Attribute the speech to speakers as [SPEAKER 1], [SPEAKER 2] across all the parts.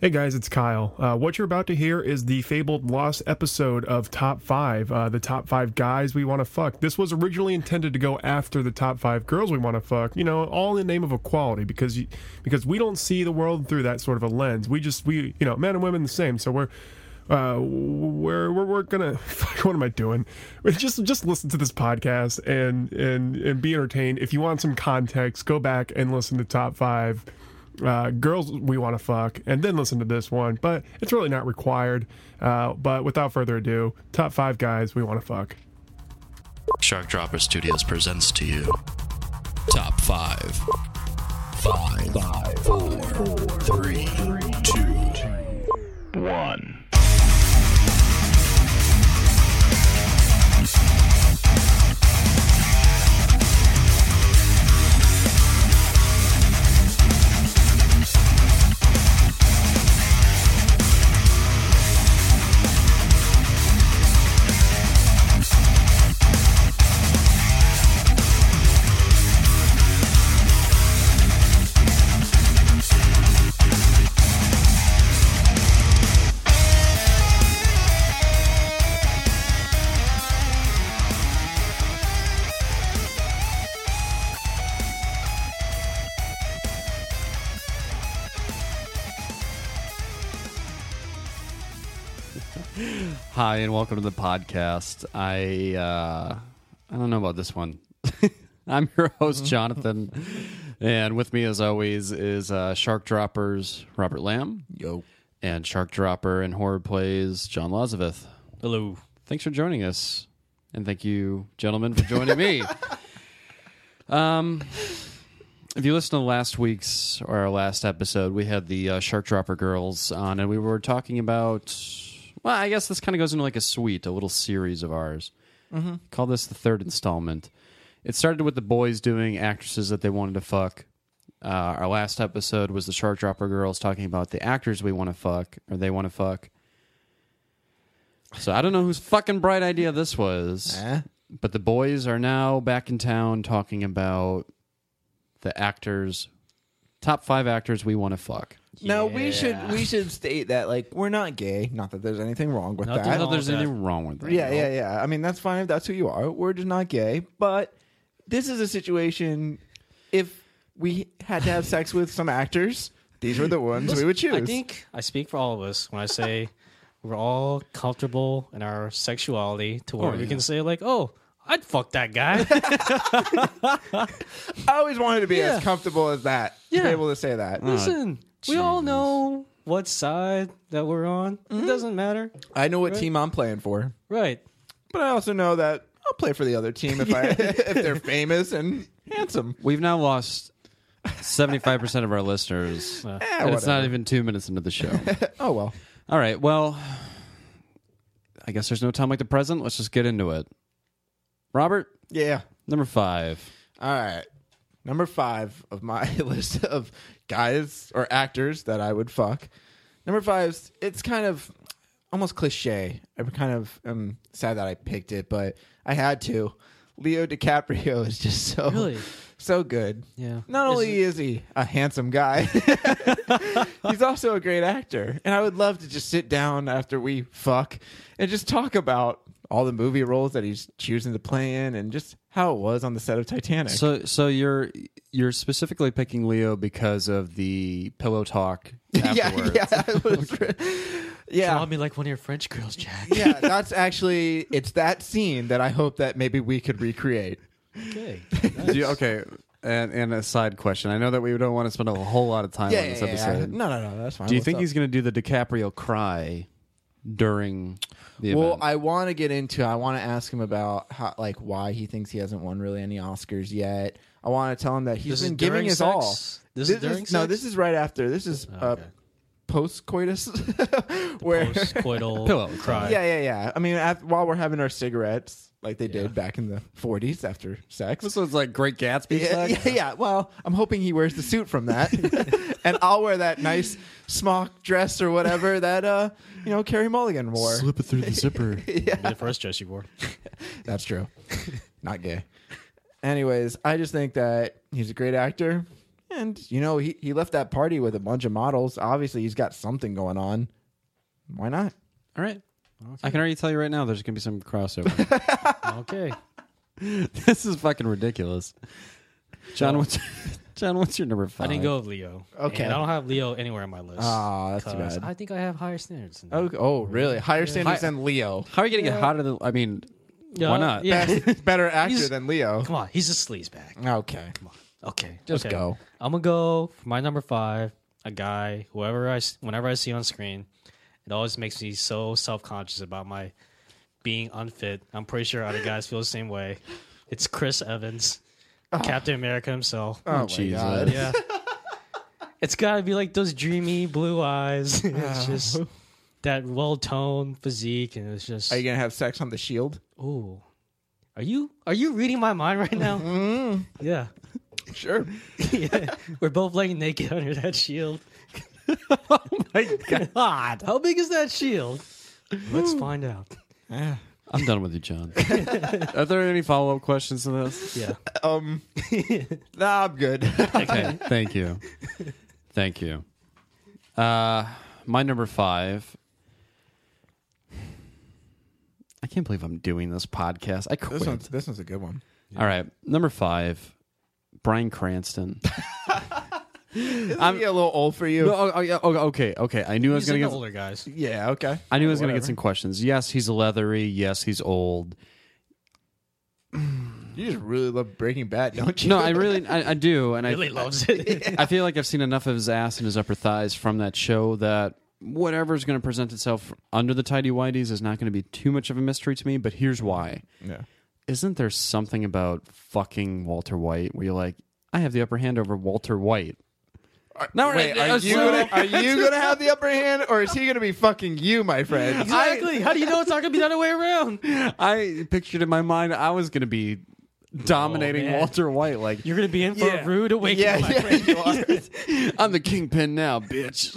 [SPEAKER 1] Hey guys, it's Kyle. Uh, what you're about to hear is the fabled lost episode of Top 5, uh, the top five guys we want to fuck. This was originally intended to go after the top five girls we want to fuck, you know, all in the name of equality because you, because we don't see the world through that sort of a lens. We just, we, you know, men and women the same. So we're, uh, we're, we're, we're gonna, fuck, what am I doing? Just, just listen to this podcast and, and, and be entertained. If you want some context, go back and listen to Top 5 uh, girls we want to fuck, and then listen to this one. But it's really not required. Uh, but without further ado, top five guys we want to fuck.
[SPEAKER 2] Shark Dropper Studios presents to you Top 5. 5, 4, 3, 2, 1.
[SPEAKER 3] Hi, and welcome to the podcast. I uh, I don't know about this one. I'm your host, Jonathan, and with me, as always, is uh, Shark Droppers Robert Lamb. Yo, and Shark Dropper and Horror Plays John Lazavith.
[SPEAKER 4] Hello.
[SPEAKER 3] Thanks for joining us, and thank you, gentlemen, for joining me. Um, if you listen to last week's or our last episode, we had the uh, Shark Dropper girls on, and we were talking about. Well, I guess this kind of goes into like a suite, a little series of ours. Call this the third installment. It started with the boys doing actresses that they wanted to fuck. Uh, our last episode was the Shark Dropper girls talking about the actors we want to fuck or they want to fuck. So I don't know whose fucking bright idea this was. But the boys are now back in town talking about the actors, top five actors we want to fuck.
[SPEAKER 5] No, we should we should state that like we're not gay. Not that there's anything wrong with
[SPEAKER 3] I
[SPEAKER 4] Nothing
[SPEAKER 3] don't
[SPEAKER 5] that.
[SPEAKER 3] know if
[SPEAKER 4] wrong
[SPEAKER 3] there's
[SPEAKER 4] with that.
[SPEAKER 3] anything wrong with that.
[SPEAKER 5] Yeah, yeah, yeah. I mean, that's fine if that's who you are. We're just not gay. But this is a situation. If we had to have sex with some actors, these were the ones we would choose.
[SPEAKER 4] I think I speak for all of us when I say we're all comfortable in our sexuality to where we can say like, "Oh, I'd fuck that guy."
[SPEAKER 5] Ah, I always wanted to be as comfortable as that. To be able to say that.
[SPEAKER 4] Listen, we all know what side that we're on.
[SPEAKER 5] Mm-hmm.
[SPEAKER 4] It doesn't matter,
[SPEAKER 5] I know what team I'm playing for,
[SPEAKER 4] right?
[SPEAKER 5] but I also know that I'll play for the other team if I if they're famous and handsome.
[SPEAKER 3] We've now lost 75% of our listeners.
[SPEAKER 5] Eh,
[SPEAKER 3] and it's not
[SPEAKER 5] whatever.
[SPEAKER 3] even two minutes into the show.
[SPEAKER 5] oh well.
[SPEAKER 3] All right. Well, I guess there's no time like the present. Let's just get into it. Robert,
[SPEAKER 5] Yeah.
[SPEAKER 3] number five.
[SPEAKER 5] All right. Number five of my list of guys or actors that I would fuck. Number five, is- it's kind of almost cliche. I kind of am sad that I picked it, but I had to. Leo DiCaprio is just so
[SPEAKER 4] Really?
[SPEAKER 5] so good.
[SPEAKER 4] Yeah.
[SPEAKER 5] Not
[SPEAKER 4] Is
[SPEAKER 5] only is he a handsome guy, he's also a great actor. And I would love to just sit down after we fuck and just talk about all the movie roles that he's choosing to play in and just how it was on the set of Titanic.
[SPEAKER 3] So, so you're you're specifically picking Leo because of the pillow talk afterwards.
[SPEAKER 5] Yeah, yeah, it was re-
[SPEAKER 4] Draw
[SPEAKER 5] yeah,
[SPEAKER 4] me like one of your French girls, Jack.
[SPEAKER 5] yeah. That's actually it's that scene that I hope that maybe we could recreate.
[SPEAKER 4] Okay.
[SPEAKER 3] Do you- okay. And, and a side question. I know that we don't want to spend a whole lot of time on this episode.
[SPEAKER 5] No, no, no. That's fine.
[SPEAKER 3] Do you
[SPEAKER 5] What's
[SPEAKER 3] think
[SPEAKER 5] up?
[SPEAKER 3] he's going to do the DiCaprio cry during the
[SPEAKER 5] Well,
[SPEAKER 3] event?
[SPEAKER 5] I want to get into. I want to ask him about how, like, why he thinks he hasn't won really any Oscars yet. I want to tell him that he's
[SPEAKER 4] This is
[SPEAKER 5] been giving
[SPEAKER 4] during
[SPEAKER 5] his
[SPEAKER 4] sex?
[SPEAKER 5] all.
[SPEAKER 4] This is during
[SPEAKER 5] no.
[SPEAKER 4] sex? Oh,
[SPEAKER 5] This is right after. This is uh,
[SPEAKER 4] okay.
[SPEAKER 5] post coitus, where
[SPEAKER 4] Postcoital
[SPEAKER 3] Pillow.
[SPEAKER 4] cry.
[SPEAKER 5] yeah, yeah, yeah. I mean, af while we're having our cigarettes, like they did back in the '40s after sex.
[SPEAKER 3] this was like Great Gatsby.
[SPEAKER 5] Yeah,
[SPEAKER 3] sex?
[SPEAKER 5] yeah, yeah. Well, I'm hoping he wears the suit from that, and I'll wear that nice smock dress or whatever that uh, you know, Carrie Mulligan wore.
[SPEAKER 3] Slip it through the zipper.
[SPEAKER 4] The first dress you wore.
[SPEAKER 5] That's true. Not gay. Anyways, I just think that he's a great actor. And you know, he he left that party with a bunch of models. Obviously, he's got something going on. Why not?
[SPEAKER 3] All right. I can already tell you right now there's going to be some crossover.
[SPEAKER 4] Okay.
[SPEAKER 3] this is fucking ridiculous. John, what's, John, what's your number
[SPEAKER 4] I
[SPEAKER 3] five?
[SPEAKER 4] didn't go with Leo.
[SPEAKER 5] Okay.
[SPEAKER 4] And I don't have Leo anywhere on my list.
[SPEAKER 5] Ah, that's too
[SPEAKER 4] 'cause
[SPEAKER 5] bad.
[SPEAKER 4] I think I have higher standards. Than that.
[SPEAKER 5] Oh, oh really? Higher standards
[SPEAKER 3] Hi-
[SPEAKER 5] than Leo.
[SPEAKER 3] How are you going to get hotter than. I mean,
[SPEAKER 4] Yeah,
[SPEAKER 3] why not?
[SPEAKER 4] Yeah.
[SPEAKER 5] Better actor
[SPEAKER 4] He's-
[SPEAKER 5] than Leo.
[SPEAKER 4] Come on, he's a sleazebag.
[SPEAKER 5] Okay.
[SPEAKER 4] Okay,
[SPEAKER 5] Just
[SPEAKER 4] okay.
[SPEAKER 5] go.
[SPEAKER 4] I'm gonna go for my number five. A guy, whoever I, s- whenever I see on screen, it always makes me so self conscious about my being unfit. I'm pretty sure other guys feel the same way. It's Chris Evans,
[SPEAKER 5] Ah.
[SPEAKER 4] Captain America himself.
[SPEAKER 5] Oh,
[SPEAKER 3] Jesus.
[SPEAKER 5] my god.
[SPEAKER 4] Yeah, it's gotta be like those dreamy blue eyes. it's just that well toned physique, and it's just
[SPEAKER 5] Are you gonna have sex on the shield?
[SPEAKER 4] Ooh. Are you are you reading my mind right now?
[SPEAKER 5] Mm-hmm.
[SPEAKER 4] yeah.
[SPEAKER 5] Sure.
[SPEAKER 4] yeah. We're both laying naked under that shield. oh my god. How big is that shield? Let's find out.
[SPEAKER 5] Ah.
[SPEAKER 3] I'm done with you, John. Are there any follow up questions to this?
[SPEAKER 4] Yeah.
[SPEAKER 5] Um. nah, I'm good.
[SPEAKER 3] Okay. Thank you. Thank you. Uh, my number five. I can't believe I'm doing this podcast. I quit.
[SPEAKER 5] this one's this one's a good one.
[SPEAKER 3] All right. Number five, Brian Cranston.
[SPEAKER 5] I'm a little old for you.
[SPEAKER 3] No, oh, oh, yeah, oh, okay, okay. I knew I was
[SPEAKER 4] He's
[SPEAKER 3] gonna
[SPEAKER 4] into
[SPEAKER 3] get.
[SPEAKER 4] older guys.
[SPEAKER 5] Yeah. Okay.
[SPEAKER 3] I knew I was gonna
[SPEAKER 5] Whatever.
[SPEAKER 3] get some questions. Yes, he's leathery. Yes, he's old.
[SPEAKER 5] You just really love Breaking Bad, don't you?
[SPEAKER 3] No, I really, I, I do, and
[SPEAKER 4] Really
[SPEAKER 3] I,
[SPEAKER 4] loves it.
[SPEAKER 3] I feel like I've seen enough of his ass and his upper thighs from that show that whatever's going to present itself under the tidy whities is not going to be too much of a mystery to me. But here's why:
[SPEAKER 5] Yeah.
[SPEAKER 3] isn't there something about fucking Walter White where you're like, I have the upper hand over Walter White? No,
[SPEAKER 5] Wait,
[SPEAKER 3] I- I-
[SPEAKER 5] are you
[SPEAKER 3] so-
[SPEAKER 5] gonna, are you gonna have the upper hand, or is he gonna be fucking you, my friend?
[SPEAKER 4] Exactly. How do you know it's not gonna be the other way around?
[SPEAKER 3] I pictured in my mind I was going to be dominating
[SPEAKER 4] Oh, man.
[SPEAKER 3] Walter White like
[SPEAKER 4] You're gonna be in for
[SPEAKER 5] Yeah.
[SPEAKER 4] a rude awakening.
[SPEAKER 5] yeah, yeah, you are.
[SPEAKER 3] I'm the kingpin now, bitch.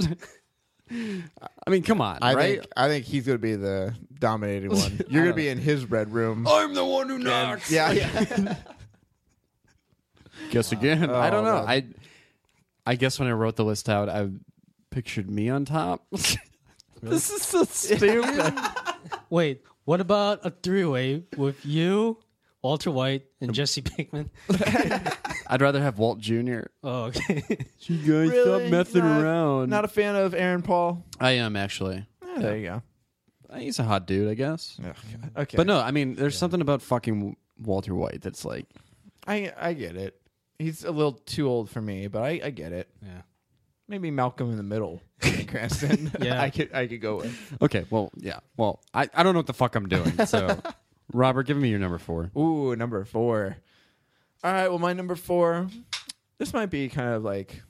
[SPEAKER 3] I mean, come on,
[SPEAKER 5] I
[SPEAKER 3] right?
[SPEAKER 5] think I think he's gonna be the dominated one. You're gonna be in his red room.
[SPEAKER 3] I'm the one who knocks.
[SPEAKER 5] Yeah, yeah.
[SPEAKER 3] Guess again. I don't know.
[SPEAKER 5] man.
[SPEAKER 3] I I guess when I wrote the list out, I pictured me on top. this is so stupid.
[SPEAKER 4] Wait, what about a three way with you, Walter White, and Jesse Pinkman?
[SPEAKER 3] I'd rather have Walt Jr.
[SPEAKER 4] Oh, okay.
[SPEAKER 3] You guys
[SPEAKER 5] Really? Not- Not a fan of Aaron Paul.
[SPEAKER 3] I am actually.
[SPEAKER 5] There you go.
[SPEAKER 3] He's a hot dude, I guess.
[SPEAKER 5] Okay,
[SPEAKER 3] But no, I mean, there's something about fucking Walter White that's like,
[SPEAKER 5] I I get it. He's a little too old for me, but I, I get it.
[SPEAKER 4] yeah.
[SPEAKER 5] Maybe Malcolm in the Middle, Cranston.
[SPEAKER 4] Yeah.
[SPEAKER 5] I could I could go with.
[SPEAKER 3] okay, well, yeah, well, I, I don't know what the fuck I'm doing. So, Robert, give me your number four.
[SPEAKER 5] Ooh, number four. All right, well, my number four. This might be kind of like,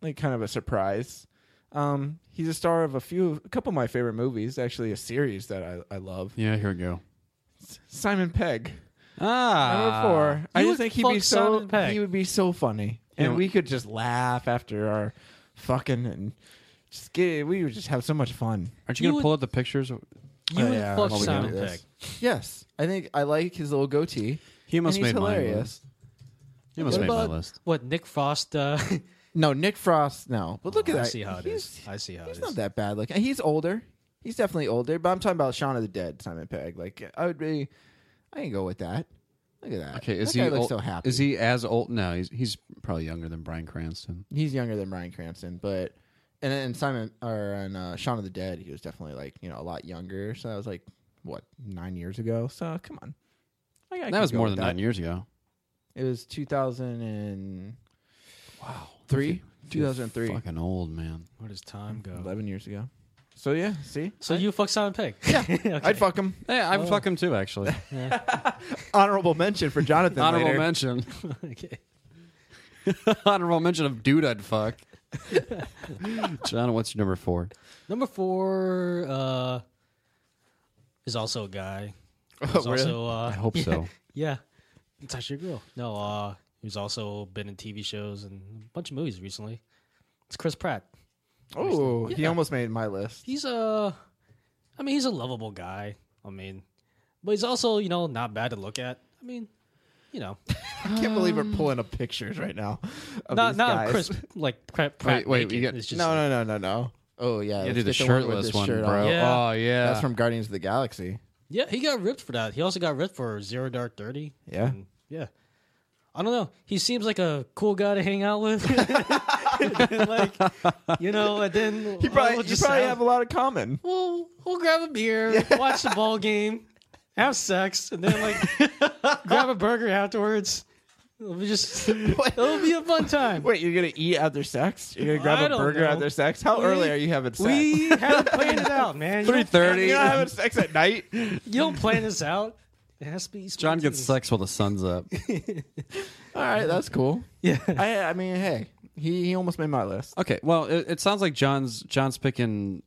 [SPEAKER 5] like kind of a surprise. Um, he's a star of a few, a couple of my favorite movies. Actually, a series that I, I love.
[SPEAKER 3] Yeah, here we go.
[SPEAKER 5] Simon Pegg.
[SPEAKER 3] Ah,
[SPEAKER 5] Number four. I
[SPEAKER 4] you
[SPEAKER 5] just
[SPEAKER 4] would
[SPEAKER 5] think he'd be
[SPEAKER 4] fuck
[SPEAKER 5] so
[SPEAKER 4] Simon Pegg.
[SPEAKER 5] he would be so funny, and
[SPEAKER 3] know-
[SPEAKER 5] we could just laugh after our fucking and just get. We would just have so much fun.
[SPEAKER 3] Aren't you
[SPEAKER 4] You
[SPEAKER 3] gonna
[SPEAKER 4] would-
[SPEAKER 3] pull out the pictures?
[SPEAKER 5] Oh,
[SPEAKER 4] You would fuck
[SPEAKER 5] I'll be
[SPEAKER 4] Simon
[SPEAKER 5] doing
[SPEAKER 4] Pegg.
[SPEAKER 5] this. Yes, I think I like his little goatee.
[SPEAKER 3] He
[SPEAKER 5] And
[SPEAKER 3] must
[SPEAKER 5] he's
[SPEAKER 3] made my list.
[SPEAKER 5] hilarious.
[SPEAKER 3] He must
[SPEAKER 5] What
[SPEAKER 3] made my
[SPEAKER 5] about-
[SPEAKER 3] list.
[SPEAKER 4] What Nick Frost? Uh,
[SPEAKER 5] No, Nick Frost. No, but look
[SPEAKER 4] Oh, I
[SPEAKER 5] at that.
[SPEAKER 4] see how it
[SPEAKER 5] he's,
[SPEAKER 4] is. I see how it
[SPEAKER 5] He's
[SPEAKER 4] is.
[SPEAKER 5] not that bad looking. He's older. He's definitely older. But I'm talking about Shaun of the Dead, Simon Pegg. Like I would be. I can go with that. Look at that.
[SPEAKER 3] Okay, is
[SPEAKER 5] that
[SPEAKER 3] he
[SPEAKER 5] guy looks
[SPEAKER 3] old-
[SPEAKER 5] so happy?
[SPEAKER 3] Is he as old? No, he's he's probably younger than Brian Cranston.
[SPEAKER 5] he's younger than Brian Cranston, but and then Simon or and uh, Shaun of the Dead, he was definitely like you know a lot younger. So that was like what nine years ago. So come on, I- I
[SPEAKER 3] That
[SPEAKER 5] could
[SPEAKER 3] was
[SPEAKER 5] go
[SPEAKER 3] more
[SPEAKER 5] with
[SPEAKER 3] than nine years ago.
[SPEAKER 5] It was two thousand and wow three two thousand three
[SPEAKER 3] Fucking old man.
[SPEAKER 4] Where does time go?
[SPEAKER 5] eleven years ago. So yeah, see,
[SPEAKER 4] So you fuck Simon Pegg?
[SPEAKER 5] Yeah,
[SPEAKER 4] Okay.
[SPEAKER 5] I'd fuck him.
[SPEAKER 3] Yeah, I would fuck him too. Actually,
[SPEAKER 5] Honorable mention for Jonathan.
[SPEAKER 3] honorable
[SPEAKER 5] later.
[SPEAKER 3] mention.
[SPEAKER 4] okay.
[SPEAKER 3] honorable mention of dude I'd fuck. John, what's your number four?
[SPEAKER 4] Number four uh, is also a guy. He's
[SPEAKER 5] Oh, really?
[SPEAKER 4] also uh,
[SPEAKER 3] I hope so.
[SPEAKER 4] yeah, it's actually a girl. No, uh, he's also been in TV shows and a bunch of movies recently. It's Chris Pratt.
[SPEAKER 5] Oh, he
[SPEAKER 4] Yeah.
[SPEAKER 5] almost made my list.
[SPEAKER 4] He's a, I mean, he's a lovable guy. I mean, but he's also you know not bad to look at. I mean, you know,
[SPEAKER 5] I can't believe we're pulling up pictures right now. Of
[SPEAKER 4] not
[SPEAKER 5] these
[SPEAKER 4] not
[SPEAKER 5] guys.
[SPEAKER 4] crisp like crap.
[SPEAKER 3] Wait, wait, you got-
[SPEAKER 4] it's just
[SPEAKER 5] No, no, no, no, no. Oh yeah,
[SPEAKER 3] Yeah,
[SPEAKER 5] let's
[SPEAKER 3] do the
[SPEAKER 5] get one with
[SPEAKER 3] shirtless
[SPEAKER 5] this
[SPEAKER 3] one,
[SPEAKER 5] shirt on.
[SPEAKER 3] bro.
[SPEAKER 4] Yeah.
[SPEAKER 3] Oh yeah,
[SPEAKER 5] That's from Guardians of the Galaxy.
[SPEAKER 4] Yeah, he got ripped for that. He also got ripped for Zero Dark Thirty.
[SPEAKER 5] Yeah.
[SPEAKER 4] And, yeah. I don't know. He seems like a cool guy to hang out with. And, like, you know, and then
[SPEAKER 5] He probably,
[SPEAKER 4] we'll
[SPEAKER 5] you
[SPEAKER 4] just
[SPEAKER 5] probably
[SPEAKER 4] have-
[SPEAKER 5] have a lot of common.
[SPEAKER 4] we'll we'll grab a beer, watch the ball game, have sex, and then like grab a burger afterwards. It'll be just it'll be a fun time.
[SPEAKER 5] Wait, you're gonna eat after sex? You're gonna
[SPEAKER 4] I
[SPEAKER 5] grab a
[SPEAKER 4] don't
[SPEAKER 5] burger
[SPEAKER 4] know.
[SPEAKER 5] after sex? How
[SPEAKER 4] We-
[SPEAKER 5] early are you having sex?
[SPEAKER 4] We haven't planned it out, man. You
[SPEAKER 3] three
[SPEAKER 4] don't,
[SPEAKER 3] thirty.
[SPEAKER 5] You're not having sex at night.
[SPEAKER 4] you don't plan this out. It has to be.
[SPEAKER 3] John gets
[SPEAKER 4] spontaneous.
[SPEAKER 3] sex while the sun's up.
[SPEAKER 5] All right, that's cool.
[SPEAKER 4] Yeah.
[SPEAKER 5] I, I mean, hey, he, he almost made my list.
[SPEAKER 3] Okay, well, it, it sounds like John's John's picking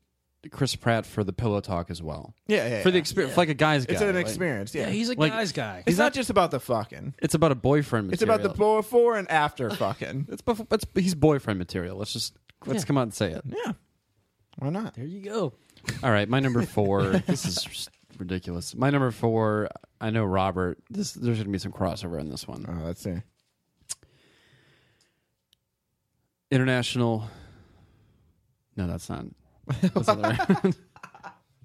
[SPEAKER 3] Chris Pratt for the pillow talk as well.
[SPEAKER 5] Yeah, yeah.
[SPEAKER 3] for the
[SPEAKER 5] yeah.
[SPEAKER 3] experience, like a guy's guy.
[SPEAKER 5] it's an
[SPEAKER 3] like,
[SPEAKER 5] experience. Yeah,
[SPEAKER 4] Yeah, he's a
[SPEAKER 3] Like-
[SPEAKER 4] guy's guy.
[SPEAKER 5] It's not just about the fucking.
[SPEAKER 3] It's about a boyfriend.
[SPEAKER 5] It's
[SPEAKER 3] Material.
[SPEAKER 5] about the before, before and after fucking.
[SPEAKER 3] It's, bef- it's he's boyfriend material. Let's just let's
[SPEAKER 4] Yeah.
[SPEAKER 3] come out and say it.
[SPEAKER 5] yeah. Why not?
[SPEAKER 4] There you go.
[SPEAKER 3] All right, my number four. this is just ridiculous. My number four. I know Robert. This there's going to be some crossover in this one.
[SPEAKER 5] Oh, let's see.
[SPEAKER 3] International. No, that's not. That's the other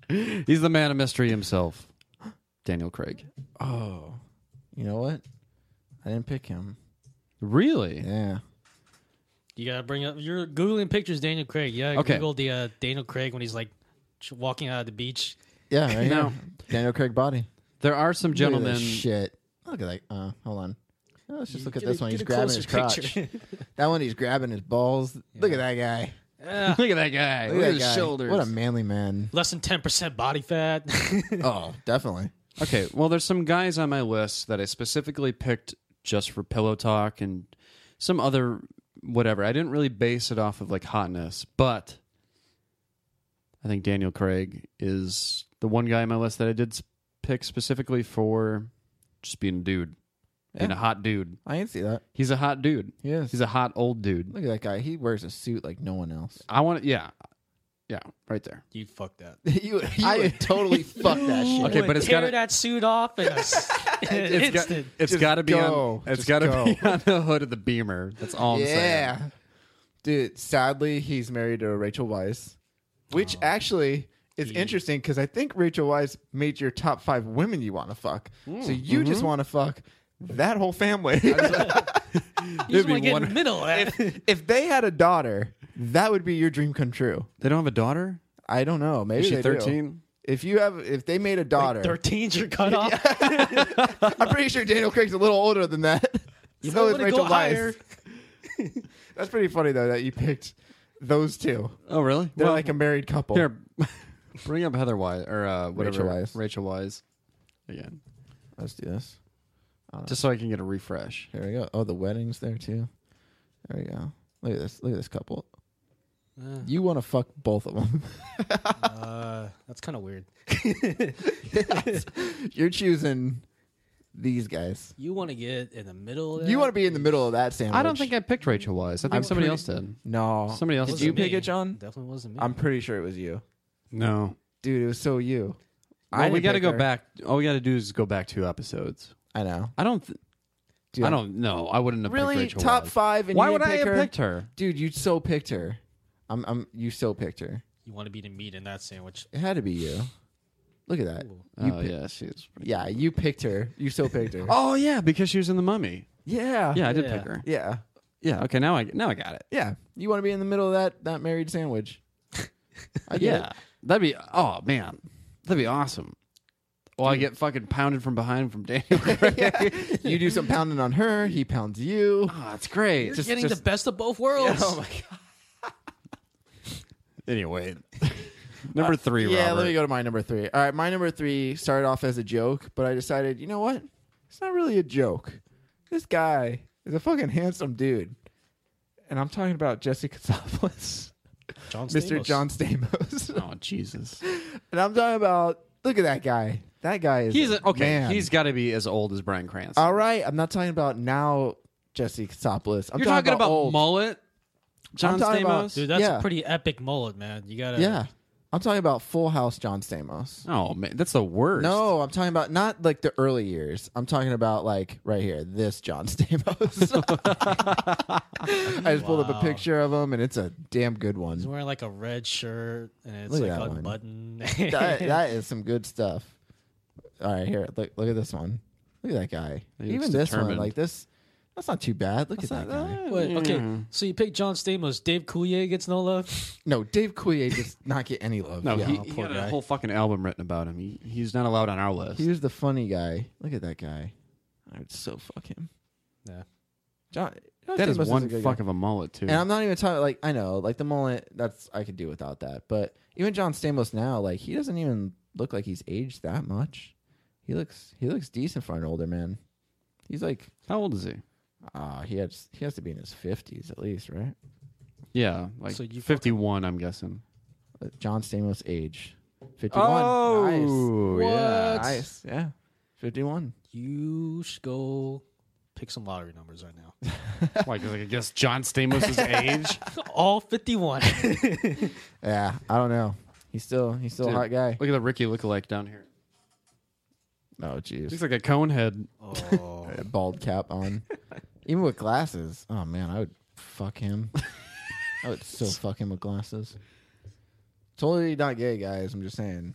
[SPEAKER 3] one. He's the man of mystery himself, Daniel Craig.
[SPEAKER 5] Oh, you know what? I didn't pick him.
[SPEAKER 3] Really?
[SPEAKER 5] Yeah.
[SPEAKER 4] You gotta bring up. You're googling pictures, Daniel Craig. Yeah.
[SPEAKER 3] Okay.
[SPEAKER 4] Google the uh, Daniel Craig when he's like ch- walking out of the beach.
[SPEAKER 5] Yeah. Right
[SPEAKER 3] No.
[SPEAKER 5] now, Daniel Craig body.
[SPEAKER 3] There are some
[SPEAKER 5] Look at this
[SPEAKER 3] gentlemen.
[SPEAKER 5] Shit. Look at that. Uh, hold on. Oh, Let's just look at
[SPEAKER 4] Get a-
[SPEAKER 5] this one.
[SPEAKER 4] get
[SPEAKER 5] He's
[SPEAKER 4] a
[SPEAKER 5] grabbing his
[SPEAKER 4] closer
[SPEAKER 5] crotch.
[SPEAKER 4] picture.
[SPEAKER 5] that one, he's grabbing his balls. Look at that guy.
[SPEAKER 4] Yeah.
[SPEAKER 3] Look at that guy. Look,
[SPEAKER 5] Look
[SPEAKER 3] at
[SPEAKER 5] at
[SPEAKER 3] his
[SPEAKER 5] that guy.
[SPEAKER 3] shoulders.
[SPEAKER 5] What a manly man.
[SPEAKER 4] Less than ten percent body fat.
[SPEAKER 5] Oh, definitely.
[SPEAKER 3] Okay, well, there's some guys on my list that I specifically picked just for pillow talk and some other whatever. I didn't really base it off of like hotness, but I think Daniel Craig is the one guy on my list that I did s- pick specifically for just being a dude, being a hot dude.
[SPEAKER 5] I didn't see that.
[SPEAKER 3] He's a hot dude.
[SPEAKER 5] He is.
[SPEAKER 3] He's a hot old dude.
[SPEAKER 5] Look at that guy. He wears a suit like no one else.
[SPEAKER 3] I want to, yeah, yeah, right there.
[SPEAKER 4] you fuck that.
[SPEAKER 5] you, I would totally fuck that shit.
[SPEAKER 3] Okay, but
[SPEAKER 4] Would
[SPEAKER 3] it's
[SPEAKER 4] tear
[SPEAKER 3] gotta-
[SPEAKER 4] that suit off in a s- in an
[SPEAKER 3] It's got-
[SPEAKER 4] instant.
[SPEAKER 3] it's
[SPEAKER 5] Just
[SPEAKER 3] got to be on.
[SPEAKER 5] go.
[SPEAKER 3] It's
[SPEAKER 5] Just
[SPEAKER 3] got to
[SPEAKER 5] go.
[SPEAKER 3] be on the hood of the Beamer. That's all I'm saying.
[SPEAKER 5] yeah. Dude, sadly, he's married to Rachel Weisz, which actually is interesting because I think Rachel Weisz made your top five women you want to fuck. So you just want to fuck that whole family.
[SPEAKER 4] you just
[SPEAKER 3] be
[SPEAKER 4] want to get in
[SPEAKER 3] one-
[SPEAKER 4] the middle. of that.
[SPEAKER 5] if they had a daughter, that would be your dream come true.
[SPEAKER 3] They don't have a daughter.
[SPEAKER 5] I don't know. Maybe
[SPEAKER 3] Is she
[SPEAKER 5] they do.
[SPEAKER 3] 13?
[SPEAKER 5] If you have, if they made a daughter,
[SPEAKER 4] Thirteen's your cutoff.
[SPEAKER 5] I'm pretty sure Daniel Craig's a little older than that.
[SPEAKER 4] You
[SPEAKER 5] so
[SPEAKER 4] might
[SPEAKER 5] is
[SPEAKER 4] wanna
[SPEAKER 5] Rachel
[SPEAKER 4] go higher.
[SPEAKER 5] Weisz. That's pretty funny though that you picked those two.
[SPEAKER 3] Oh, really?
[SPEAKER 5] They're like a married couple.
[SPEAKER 3] here. Bring up Heather Wise or uh, whatever
[SPEAKER 5] Rachel Weisz.
[SPEAKER 3] Rachel Wise again,
[SPEAKER 5] Let's do this.
[SPEAKER 3] just so I can get a refresh.
[SPEAKER 5] Here we go. Oh, the wedding's there too. There we go. Look at this. Look at this couple. You want to fuck both of them.
[SPEAKER 4] Uh, that's kind of weird.
[SPEAKER 5] You're choosing these guys.
[SPEAKER 4] You want to get in the middle. Of
[SPEAKER 5] You
[SPEAKER 4] that?
[SPEAKER 5] want to be in the middle of that sandwich.
[SPEAKER 3] I don't think I picked Rachel Wise. I think
[SPEAKER 5] I'm
[SPEAKER 3] somebody
[SPEAKER 5] pretty-
[SPEAKER 3] else did.
[SPEAKER 5] No.
[SPEAKER 3] Somebody else
[SPEAKER 5] Did
[SPEAKER 3] did.
[SPEAKER 5] you
[SPEAKER 4] Wasn't
[SPEAKER 5] pick
[SPEAKER 4] me.
[SPEAKER 5] it, John?
[SPEAKER 4] Definitely wasn't me.
[SPEAKER 5] I'm pretty sure it was you,
[SPEAKER 3] No.
[SPEAKER 5] dude. It was so you.
[SPEAKER 3] Well, we
[SPEAKER 5] didn't
[SPEAKER 3] got to
[SPEAKER 5] pick
[SPEAKER 3] go
[SPEAKER 5] her.
[SPEAKER 3] back. All we got to do is go back two episodes.
[SPEAKER 5] I know.
[SPEAKER 3] I don't. Th-
[SPEAKER 5] Dude,
[SPEAKER 3] I
[SPEAKER 5] I'm-
[SPEAKER 3] don't know. I wouldn't have
[SPEAKER 5] really
[SPEAKER 3] picked Rachel
[SPEAKER 5] top
[SPEAKER 3] Weisz.
[SPEAKER 5] five. And
[SPEAKER 3] Why
[SPEAKER 5] you
[SPEAKER 3] would
[SPEAKER 5] didn't
[SPEAKER 3] I
[SPEAKER 5] pick
[SPEAKER 3] have
[SPEAKER 5] her?
[SPEAKER 3] picked her?
[SPEAKER 5] Dude, you so picked her. I'm, I'm, you so picked her.
[SPEAKER 4] You want to be the meat in that sandwich.
[SPEAKER 5] It had to be you. Look at that. You
[SPEAKER 3] Oh
[SPEAKER 5] pi-
[SPEAKER 3] yeah, she's.
[SPEAKER 5] yeah, you picked her. You so picked her.
[SPEAKER 3] Oh yeah, because she was in the Mummy.
[SPEAKER 5] Oh, yeah,
[SPEAKER 3] Yeah, I did
[SPEAKER 4] Yeah.
[SPEAKER 3] pick her.
[SPEAKER 5] yeah,
[SPEAKER 3] Yeah. Okay. Now I now I got it.
[SPEAKER 5] yeah. You want to be in the middle of that that married sandwich? I get
[SPEAKER 3] Yeah.
[SPEAKER 5] it.
[SPEAKER 3] That'd be oh man. That'd be awesome. Well, I get fucking pounded from behind from Daniel Craig.
[SPEAKER 5] you do some pounding on her. He pounds you.
[SPEAKER 3] oh, it's great.
[SPEAKER 4] You're
[SPEAKER 3] Just-
[SPEAKER 4] getting
[SPEAKER 3] just-
[SPEAKER 4] the best of both worlds.
[SPEAKER 5] Oh my
[SPEAKER 3] anyway. Number three,
[SPEAKER 5] Yeah,
[SPEAKER 3] Robert.
[SPEAKER 5] let me go to my number three. All right, my number three started off as a joke, but I decided, you know what? It's not really a joke. This guy is a fucking handsome dude, and I'm talking about Jesse Katsopoulos,
[SPEAKER 4] John
[SPEAKER 5] Mr.
[SPEAKER 4] Stamos.
[SPEAKER 5] John Stamos,
[SPEAKER 3] Oh Jesus.
[SPEAKER 5] and I'm talking about. Look at that guy. That guy is
[SPEAKER 3] He's a, okay.
[SPEAKER 5] man.
[SPEAKER 3] He's got to be as old as Brian Cranston.
[SPEAKER 5] all right. I'm not talking about now, Jesse Katsopoulos. I'm
[SPEAKER 3] You're talking about,
[SPEAKER 5] old.
[SPEAKER 3] mullet, John
[SPEAKER 5] I'm talking about-
[SPEAKER 3] Stamos.
[SPEAKER 4] Dude, that's
[SPEAKER 5] Yeah.
[SPEAKER 4] a pretty epic mullet, man. You gotta.
[SPEAKER 5] yeah. I'm talking about Full House John Stamos.
[SPEAKER 3] Oh man, that's the worst.
[SPEAKER 5] No, I'm talking about not like the early years. I'm talking about like right here, this John Stamos. I just pulled up a
[SPEAKER 4] Wow.
[SPEAKER 5] picture of him, and it's a damn good
[SPEAKER 4] He's
[SPEAKER 5] one.
[SPEAKER 4] wearing like a red shirt and it's
[SPEAKER 5] Look at that
[SPEAKER 4] like
[SPEAKER 5] one.
[SPEAKER 4] a button.
[SPEAKER 5] That, that is some good stuff. All right, here, look, look at this one. Look at that guy.
[SPEAKER 3] He
[SPEAKER 5] Even
[SPEAKER 3] looks
[SPEAKER 5] this one,
[SPEAKER 3] determined.
[SPEAKER 5] like this, that's not too bad. Look at that guy.
[SPEAKER 4] Wait,
[SPEAKER 3] Mm-hmm.
[SPEAKER 4] okay, so you pick John Stamos. Dave Coulier gets no love.
[SPEAKER 5] No, Dave Coulier does not get any love.
[SPEAKER 3] No,
[SPEAKER 5] Yeah.
[SPEAKER 3] he,
[SPEAKER 5] Oh,
[SPEAKER 3] he
[SPEAKER 5] poor
[SPEAKER 3] had
[SPEAKER 5] guy.
[SPEAKER 3] a whole fucking album written about him. He, he's not allowed on our list.
[SPEAKER 5] He was the funny guy. Look at that guy. I would so fuck him.
[SPEAKER 4] Yeah.
[SPEAKER 5] John. John
[SPEAKER 3] that is
[SPEAKER 5] Stamos a
[SPEAKER 3] one
[SPEAKER 5] good guy.
[SPEAKER 3] fuck of a mullet too.
[SPEAKER 5] And I'm not even talking like I know, like the mullet. That's I could do without that. But even John Stamos now, like he doesn't even look like he's aged that much. He looks he looks decent for an older man. He's like
[SPEAKER 3] How old is he?
[SPEAKER 5] ah, he has he has to be in his fifties at least, right?
[SPEAKER 3] Yeah, like
[SPEAKER 4] So you fucking-
[SPEAKER 3] 51, I'm guessing.
[SPEAKER 5] Uh, John Stamos age fifty one.
[SPEAKER 3] Oh,
[SPEAKER 5] nice.
[SPEAKER 3] yeah.
[SPEAKER 5] What? nice, yeah, fifty one.
[SPEAKER 4] You should go pick some lottery numbers right now.
[SPEAKER 3] like, like, I guess John Stamos' age.
[SPEAKER 4] All 51.
[SPEAKER 5] Yeah, I don't know. He's still he's still
[SPEAKER 3] Dude,
[SPEAKER 5] a hot guy.
[SPEAKER 3] Look at the Ricky lookalike down here.
[SPEAKER 5] Oh jeez.
[SPEAKER 3] Looks like a cone head.
[SPEAKER 4] oh,
[SPEAKER 5] a bald cap on. Even with glasses. Oh man, I would fuck him. I would so fuck him with glasses. Totally not gay, guys. I'm just saying.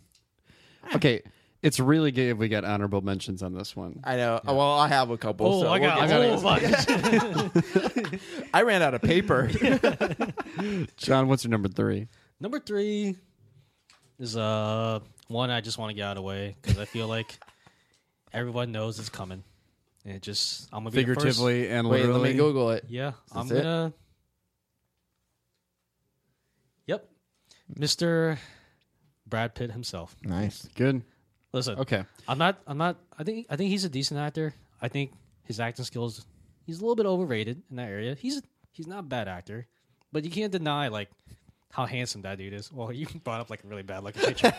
[SPEAKER 3] Okay, it's really gay if we got honorable mentions on this one.
[SPEAKER 5] I know. Well, I have a couple.
[SPEAKER 4] oh I got,
[SPEAKER 3] get
[SPEAKER 4] a
[SPEAKER 3] to
[SPEAKER 4] whole bunch.
[SPEAKER 5] I ran out of paper.
[SPEAKER 3] John, what's your number three?
[SPEAKER 4] Number three is uh one I just want to get out of the way because I feel like everyone knows it's coming, and it just I'm gonna be the first-
[SPEAKER 3] Figuratively and
[SPEAKER 5] Wait,
[SPEAKER 3] literally.
[SPEAKER 5] let me Google it.
[SPEAKER 4] Yeah, I'm
[SPEAKER 5] this it?
[SPEAKER 4] gonna. Yep, Mr. Brad Pitt himself.
[SPEAKER 5] Nice.
[SPEAKER 3] Good.
[SPEAKER 4] Listen,
[SPEAKER 3] Okay.
[SPEAKER 4] I'm not. I'm not. I think. I think he's a decent actor. I think his acting skills. He's a little bit overrated in that area. He's he's not a bad actor, but you can't deny like how handsome that dude is. Well, you brought up like a really bad looking picture.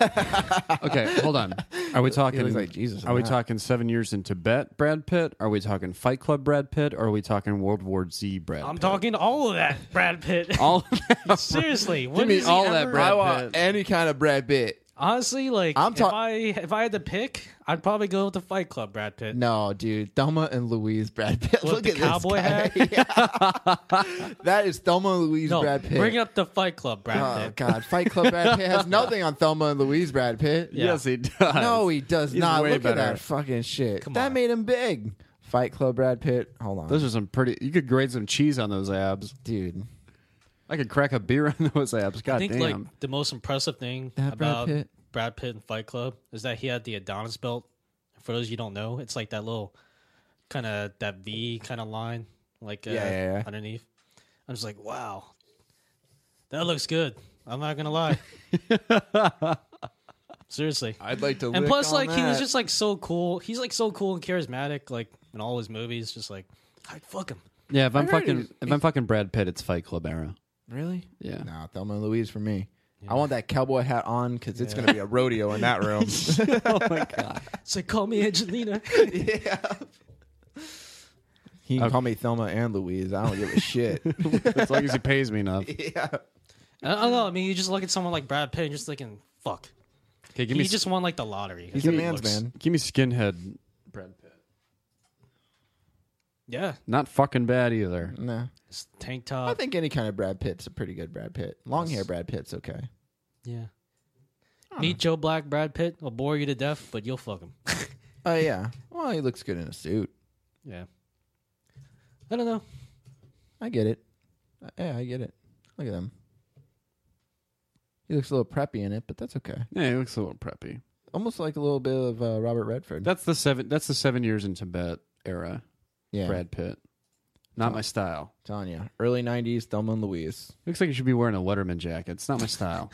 [SPEAKER 3] Okay, hold on. Are we talking
[SPEAKER 5] like Jesus in
[SPEAKER 3] Are we
[SPEAKER 5] that.
[SPEAKER 3] talking Seven Years in Tibet, Brad Pitt? Are we talking Fight Club, Brad Pitt? Or are we talking World War Z, Brad?
[SPEAKER 4] I'm
[SPEAKER 3] Pitt?
[SPEAKER 4] talking all of that, Brad Pitt.
[SPEAKER 3] all.
[SPEAKER 4] Seriously,
[SPEAKER 3] Give
[SPEAKER 4] when
[SPEAKER 3] me
[SPEAKER 4] is he
[SPEAKER 3] all that,
[SPEAKER 4] ever-
[SPEAKER 3] Brad
[SPEAKER 5] I
[SPEAKER 3] Pitt.
[SPEAKER 5] want any kind of Brad Pitt.
[SPEAKER 4] Honestly, like
[SPEAKER 5] I'm
[SPEAKER 4] if
[SPEAKER 5] ta-
[SPEAKER 4] I if I had to pick, I'd probably go with the Fight Club, Brad Pitt.
[SPEAKER 5] No, dude. Thelma and Louise Brad Pitt.
[SPEAKER 4] With
[SPEAKER 5] Look
[SPEAKER 4] the
[SPEAKER 5] at
[SPEAKER 4] cowboy
[SPEAKER 5] this guy. Yeah. that is Thelma and Louise
[SPEAKER 4] No,
[SPEAKER 5] Brad Pitt.
[SPEAKER 4] bring up the Fight Club, Brad
[SPEAKER 5] Oh
[SPEAKER 4] Pitt.
[SPEAKER 5] God! Fight Club Brad Pitt has nothing on Thelma and Louise Brad Pitt.
[SPEAKER 4] Yeah.
[SPEAKER 3] Yes, he does.
[SPEAKER 5] No, he does
[SPEAKER 3] He's
[SPEAKER 5] not.
[SPEAKER 3] way
[SPEAKER 5] Look
[SPEAKER 3] better.
[SPEAKER 5] at that fucking shit.
[SPEAKER 4] Come
[SPEAKER 5] that
[SPEAKER 4] on.
[SPEAKER 5] made him big. Fight Club Brad Pitt. Hold on,
[SPEAKER 3] Those are some pretty. You could grade some cheese on those abs.
[SPEAKER 5] dude.
[SPEAKER 3] I could crack a beer on those abs. God
[SPEAKER 4] I think
[SPEAKER 3] damn.
[SPEAKER 4] like the most impressive thing
[SPEAKER 5] That Brad
[SPEAKER 4] about Brad
[SPEAKER 5] Pitt.
[SPEAKER 4] Pitt. and Fight Club is that he had the Adonis belt. For those you don't know, it's like that little kind of that V kind of line, like uh,
[SPEAKER 5] Yeah, yeah, yeah.
[SPEAKER 4] underneath. I'm just like, wow, that looks good. I'm not gonna lie. Seriously,
[SPEAKER 5] I'd like to.
[SPEAKER 4] and plus like he was just like so cool he's like so cool and charismatic like in all his movies just like I fuck him
[SPEAKER 3] yeah, if I'm
[SPEAKER 5] I heard
[SPEAKER 3] fucking
[SPEAKER 5] he's-
[SPEAKER 3] if I'm fucking Brad Pitt, it's Fight Club era.
[SPEAKER 5] really.
[SPEAKER 3] Yeah.
[SPEAKER 5] No, Thelma and Louise for me. I want that cowboy hat on because it's gonna be a rodeo in that room.
[SPEAKER 3] oh my god.
[SPEAKER 4] it's like call me Angelina
[SPEAKER 5] yeah. He can call me Thelma and Louise. I don't give a shit.
[SPEAKER 3] as long as he pays me enough.
[SPEAKER 5] yeah.
[SPEAKER 4] I don't know Uh, oh, I mean you just look at someone like Brad Pitt and you're just thinking fuck
[SPEAKER 3] Okay, give
[SPEAKER 4] he
[SPEAKER 3] me
[SPEAKER 4] just won like the lottery
[SPEAKER 5] He's a man's man.
[SPEAKER 3] give me skinhead Brad Pitt.
[SPEAKER 4] yeah
[SPEAKER 3] Not fucking bad either.
[SPEAKER 5] No.
[SPEAKER 4] his tank
[SPEAKER 5] I
[SPEAKER 4] top
[SPEAKER 5] think any kind of Brad Pitt's a pretty good Brad Pitt. Long hair Brad Pitt's okay.
[SPEAKER 4] yeah meet Joe Black Brad Pitt will bore you to death but you'll fuck him
[SPEAKER 5] Oh yeah. Well, he looks good in a suit.
[SPEAKER 4] yeah I don't know
[SPEAKER 5] I get it. Uh, Yeah, I get it. Look at him. He looks a little preppy in it, but that's okay.
[SPEAKER 3] Yeah, he looks a little preppy.
[SPEAKER 5] Almost like a little bit of uh, Robert Redford.
[SPEAKER 3] That's the seven. That's the seven years in Tibet era.
[SPEAKER 5] yeah,
[SPEAKER 3] Brad Pitt. Not my style.
[SPEAKER 5] Tanya, early '90s, Thelma and Louise.
[SPEAKER 3] Looks like he should be wearing a Letterman jacket. It's not my style.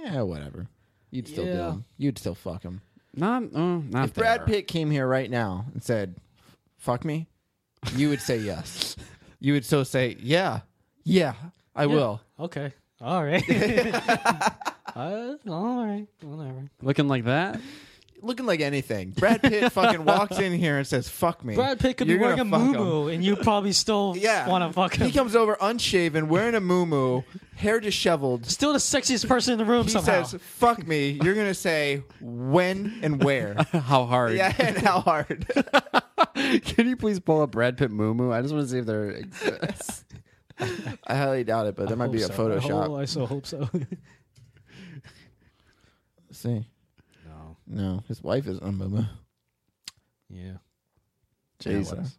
[SPEAKER 5] yeah, whatever. You'd still do
[SPEAKER 4] Yeah.
[SPEAKER 5] him. You'd still fuck him.
[SPEAKER 3] not. Oh, not
[SPEAKER 5] If Brad
[SPEAKER 3] there.
[SPEAKER 5] Pitt came here right now and said, "Fuck me," you would say yes. you would still say, "Yeah, yeah, I will."
[SPEAKER 4] okay all right uh, all right whatever
[SPEAKER 3] looking like that.
[SPEAKER 5] looking like anything. Brad Pitt fucking walks in here and says, "Fuck me."
[SPEAKER 4] Brad Pitt could
[SPEAKER 5] You're
[SPEAKER 4] be
[SPEAKER 5] gonna
[SPEAKER 4] wearing a
[SPEAKER 5] fuck him.
[SPEAKER 4] muumuu, and you probably still
[SPEAKER 5] Yeah,
[SPEAKER 4] want to fuck him.
[SPEAKER 5] He comes over unshaven, wearing a muumuu, hair disheveled.
[SPEAKER 4] still the sexiest person in the room
[SPEAKER 5] He
[SPEAKER 4] somehow.
[SPEAKER 5] says, "Fuck me." You're gonna say when and where.
[SPEAKER 3] How hard?
[SPEAKER 5] yeah, and how hard?
[SPEAKER 3] Can you please pull up Brad Pitt Moo Moo? I just want to see if they're.
[SPEAKER 5] I highly doubt it, but there might be a
[SPEAKER 4] Hope so.
[SPEAKER 5] Photoshop.
[SPEAKER 4] Oh, I so hope so.
[SPEAKER 5] Let's see,
[SPEAKER 4] no.
[SPEAKER 5] no, his wife is on Momo.
[SPEAKER 4] Yeah.
[SPEAKER 5] Jesus.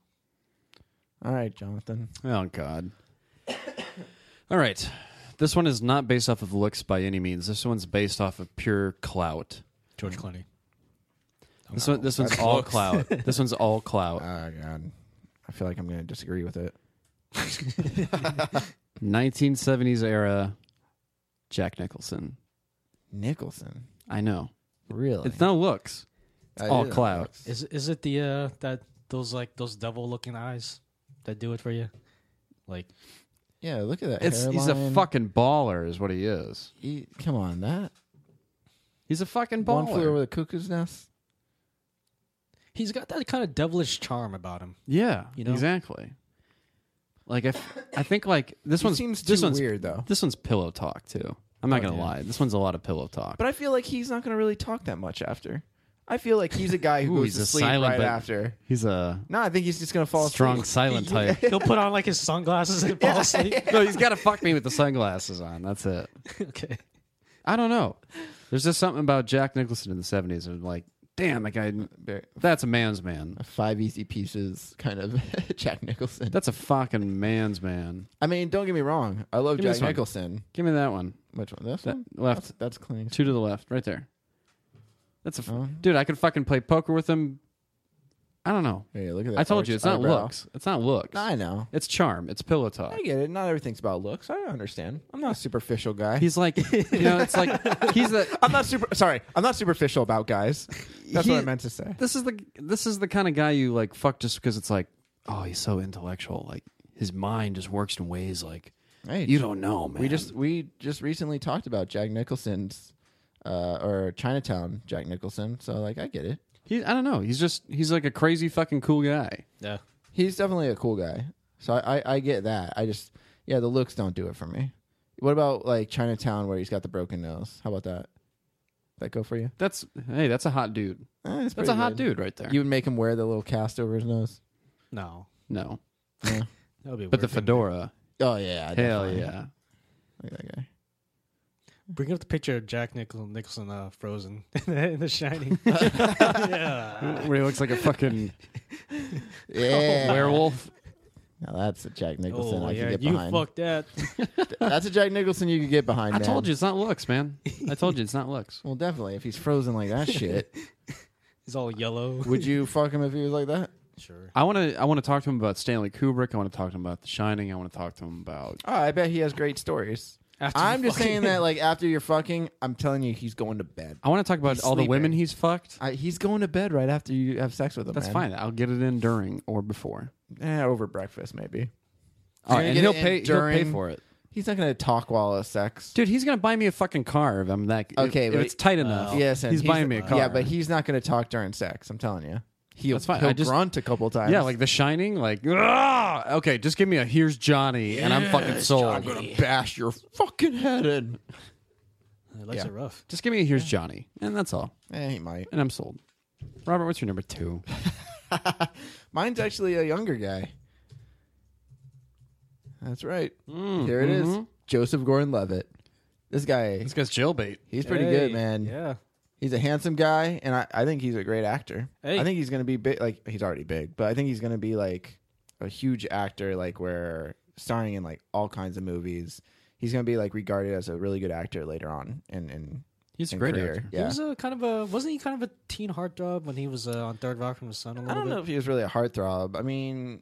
[SPEAKER 5] All right, Jonathan.
[SPEAKER 3] oh God. All right, this one is not based off of looks by any means. This one's based off of pure clout.
[SPEAKER 4] George Clooney.
[SPEAKER 3] This one, this one's
[SPEAKER 5] that's
[SPEAKER 3] all
[SPEAKER 5] looks.
[SPEAKER 3] clout. This one's all clout.
[SPEAKER 5] Oh God, I feel like I'm gonna disagree with it.
[SPEAKER 3] 1970s era, Jack Nicholson.
[SPEAKER 5] Nicholson,
[SPEAKER 3] I know
[SPEAKER 5] really?
[SPEAKER 3] it's no looks.
[SPEAKER 5] I
[SPEAKER 3] all
[SPEAKER 5] didn't-
[SPEAKER 3] clout.
[SPEAKER 4] Is is it the uh that those like those devil looking eyes that do it for you? Like
[SPEAKER 5] Yeah, look at that.
[SPEAKER 3] It's he's a
[SPEAKER 5] hairline.
[SPEAKER 3] fucking baller, is what he is.
[SPEAKER 5] He- come on, that
[SPEAKER 3] He's a fucking
[SPEAKER 5] one flew over
[SPEAKER 3] baller.
[SPEAKER 5] the cuckoo's nest.
[SPEAKER 4] he's got that kind of devilish charm about him.
[SPEAKER 3] Yeah,
[SPEAKER 4] You know?
[SPEAKER 3] exactly. Like if I think like this
[SPEAKER 5] He
[SPEAKER 3] one's
[SPEAKER 5] seems
[SPEAKER 3] this
[SPEAKER 5] too
[SPEAKER 3] one's
[SPEAKER 5] weird though.
[SPEAKER 3] This one's pillow talk too. I'm
[SPEAKER 4] Oh,
[SPEAKER 3] not gonna
[SPEAKER 5] yeah.
[SPEAKER 3] lie. This one's a lot of pillow talk.
[SPEAKER 5] But I feel like he's not gonna really talk that much after. I feel like he's a guy who
[SPEAKER 3] Ooh,
[SPEAKER 5] goes
[SPEAKER 3] he's
[SPEAKER 5] to
[SPEAKER 3] a
[SPEAKER 5] sleep
[SPEAKER 3] silent
[SPEAKER 5] right
[SPEAKER 3] but-
[SPEAKER 5] after.
[SPEAKER 3] He's a
[SPEAKER 5] No, I think he's just gonna fall
[SPEAKER 3] strong
[SPEAKER 5] asleep.
[SPEAKER 3] silent type.
[SPEAKER 4] He'll put on like his sunglasses and fall asleep.
[SPEAKER 3] no, he's got to fuck me with the sunglasses on. That's it.
[SPEAKER 4] okay.
[SPEAKER 3] I don't know. There's just something about Jack Nicholson in the '70s. I'm like, damn, that guy. That's a man's man.
[SPEAKER 5] Five easy pieces, kind of Jack Nicholson.
[SPEAKER 3] That's a fucking man's man.
[SPEAKER 5] I mean, don't get me wrong. I love
[SPEAKER 3] Give me
[SPEAKER 5] Jack
[SPEAKER 3] this one.
[SPEAKER 5] Nicholson.
[SPEAKER 3] Give me that one.
[SPEAKER 5] Which one? This
[SPEAKER 3] That
[SPEAKER 5] one?
[SPEAKER 3] left,
[SPEAKER 5] That's, that's clean.
[SPEAKER 3] two to the left, right there. That's a f-
[SPEAKER 5] Oh.
[SPEAKER 3] dude. I could fucking play poker with him. I don't know.
[SPEAKER 5] Hey, look at that.
[SPEAKER 3] I told you,
[SPEAKER 5] arched
[SPEAKER 3] it's not
[SPEAKER 5] eyebrow.
[SPEAKER 3] looks. It's not looks.
[SPEAKER 5] No, I know.
[SPEAKER 3] It's charm. It's pillow talk.
[SPEAKER 5] I get it. Not everything's about looks. I understand. I'm not a superficial guy.
[SPEAKER 3] He's like, you know, it's like he's the.
[SPEAKER 5] I'm not super. Sorry, I'm not superficial about guys. That's what I
[SPEAKER 3] He-
[SPEAKER 5] meant to say.
[SPEAKER 3] This is the this is the kind of guy you like fuck just because it's like, oh, he's so intellectual. Like his mind just works in ways like
[SPEAKER 5] Hey,
[SPEAKER 3] you don't know, man.
[SPEAKER 5] We just we just recently talked about Jack Nicholson's uh, or Chinatown Jack Nicholson. So like I get it.
[SPEAKER 3] he, I don't know. He's just he's like a crazy fucking cool guy.
[SPEAKER 4] Yeah.
[SPEAKER 5] He's definitely a cool guy. So I, I, I get that. I just yeah, the looks don't do it for me. What about like Chinatown where he's got the broken nose? How about that? That go for you?
[SPEAKER 3] That's hey, that's a hot dude.
[SPEAKER 5] Eh, it's
[SPEAKER 3] That's
[SPEAKER 5] pretty
[SPEAKER 3] a hot
[SPEAKER 5] good.
[SPEAKER 3] dude right there.
[SPEAKER 5] You would make him wear the little cast over his nose.
[SPEAKER 4] No.
[SPEAKER 3] no,
[SPEAKER 4] That would be
[SPEAKER 3] but the
[SPEAKER 4] weird.
[SPEAKER 3] fedora,
[SPEAKER 5] Oh yeah,
[SPEAKER 3] hell
[SPEAKER 5] definitely.
[SPEAKER 3] yeah.
[SPEAKER 5] Look at that guy.
[SPEAKER 4] Bring up the picture of Jack Nichol- Nicholson uh, frozen in The Shining. yeah.
[SPEAKER 3] Where he looks like a fucking Oh,
[SPEAKER 5] Yeah,
[SPEAKER 3] werewolf.
[SPEAKER 5] Now that's a Jack Nicholson
[SPEAKER 4] Oh
[SPEAKER 5] I can
[SPEAKER 4] yeah,
[SPEAKER 5] get
[SPEAKER 4] you
[SPEAKER 5] behind.
[SPEAKER 4] fucked that.
[SPEAKER 5] That's a Jack Nicholson you could get behind.
[SPEAKER 3] I
[SPEAKER 5] man.
[SPEAKER 3] told you it's not looks, man. I told you it's not looks.
[SPEAKER 5] Well, definitely. If he's frozen like that shit,
[SPEAKER 4] He's all yellow.
[SPEAKER 5] would you fuck him if he was like that?
[SPEAKER 4] Sure.
[SPEAKER 3] I want to. I want to talk to him about Stanley Kubrick. I want to talk to him about The Shining. I want to talk to him about.
[SPEAKER 5] Oh, I bet he has great stories.
[SPEAKER 4] After
[SPEAKER 5] I'm
[SPEAKER 4] you
[SPEAKER 5] just
[SPEAKER 4] fucking-
[SPEAKER 5] saying that, like, after you're fucking, I'm telling you, he's going to bed.
[SPEAKER 3] I want to talk about
[SPEAKER 5] He's
[SPEAKER 3] all the women
[SPEAKER 5] sleeping.
[SPEAKER 3] he's fucked.
[SPEAKER 5] I, he's going to bed right after you have sex with him.
[SPEAKER 3] That's
[SPEAKER 5] man.
[SPEAKER 3] fine. I'll get it in during or before.
[SPEAKER 5] Eh, over breakfast, maybe.
[SPEAKER 3] All
[SPEAKER 5] gonna
[SPEAKER 3] right, and
[SPEAKER 5] get
[SPEAKER 3] he'll
[SPEAKER 5] it in
[SPEAKER 3] pay. He'll pay
[SPEAKER 5] during-
[SPEAKER 3] for it,
[SPEAKER 5] He's not going to talk while of sex.
[SPEAKER 3] dude. He's gonna buy me a fucking car if I'm that.
[SPEAKER 5] Okay,
[SPEAKER 3] if, if
[SPEAKER 5] but-
[SPEAKER 3] it's tight enough.
[SPEAKER 5] yes, and
[SPEAKER 3] he's, buying me a car.
[SPEAKER 5] Yeah, but he's not going to talk during sex. I'm telling you, he'll,
[SPEAKER 3] That's fine.
[SPEAKER 5] he'll
[SPEAKER 3] I just-
[SPEAKER 5] grunt a couple times.
[SPEAKER 3] yeah, like The Shining. Like, "Ah!" okay, just give me a here's Johnny, and I'm fucking sold.
[SPEAKER 5] I'm going to bash your fucking head in.
[SPEAKER 4] It likes
[SPEAKER 5] Yeah.
[SPEAKER 4] it rough.
[SPEAKER 3] Just give me a here's Johnny, and that's all,
[SPEAKER 5] Eh, he might.
[SPEAKER 3] and I'm sold. Robert, what's your number two?
[SPEAKER 5] Mine's actually a younger guy. That's right.
[SPEAKER 3] Mm,
[SPEAKER 5] Here it is, Joseph Gordon-Levitt. This guy,
[SPEAKER 3] mm-hmm. This guy's jailbait.
[SPEAKER 5] he's pretty
[SPEAKER 4] Hey,
[SPEAKER 5] good, man.
[SPEAKER 4] Yeah.
[SPEAKER 5] He's a handsome guy, and I, I think he's a great actor.
[SPEAKER 4] Hey.
[SPEAKER 5] I think he's gonna be big. Like he's already big, but I think he's gonna be like a huge actor. Like where starring in like all kinds of movies, he's gonna be like regarded as a really good actor later on. And and
[SPEAKER 3] He's a
[SPEAKER 5] in
[SPEAKER 3] great
[SPEAKER 5] career.
[SPEAKER 3] actor.
[SPEAKER 5] Yeah.
[SPEAKER 4] He was a kind of a wasn't he kind of a teen heartthrob when he was uh, on Third Rock from the Sun a little
[SPEAKER 5] I don't
[SPEAKER 4] bit?
[SPEAKER 5] know if he was really a heartthrob. I mean,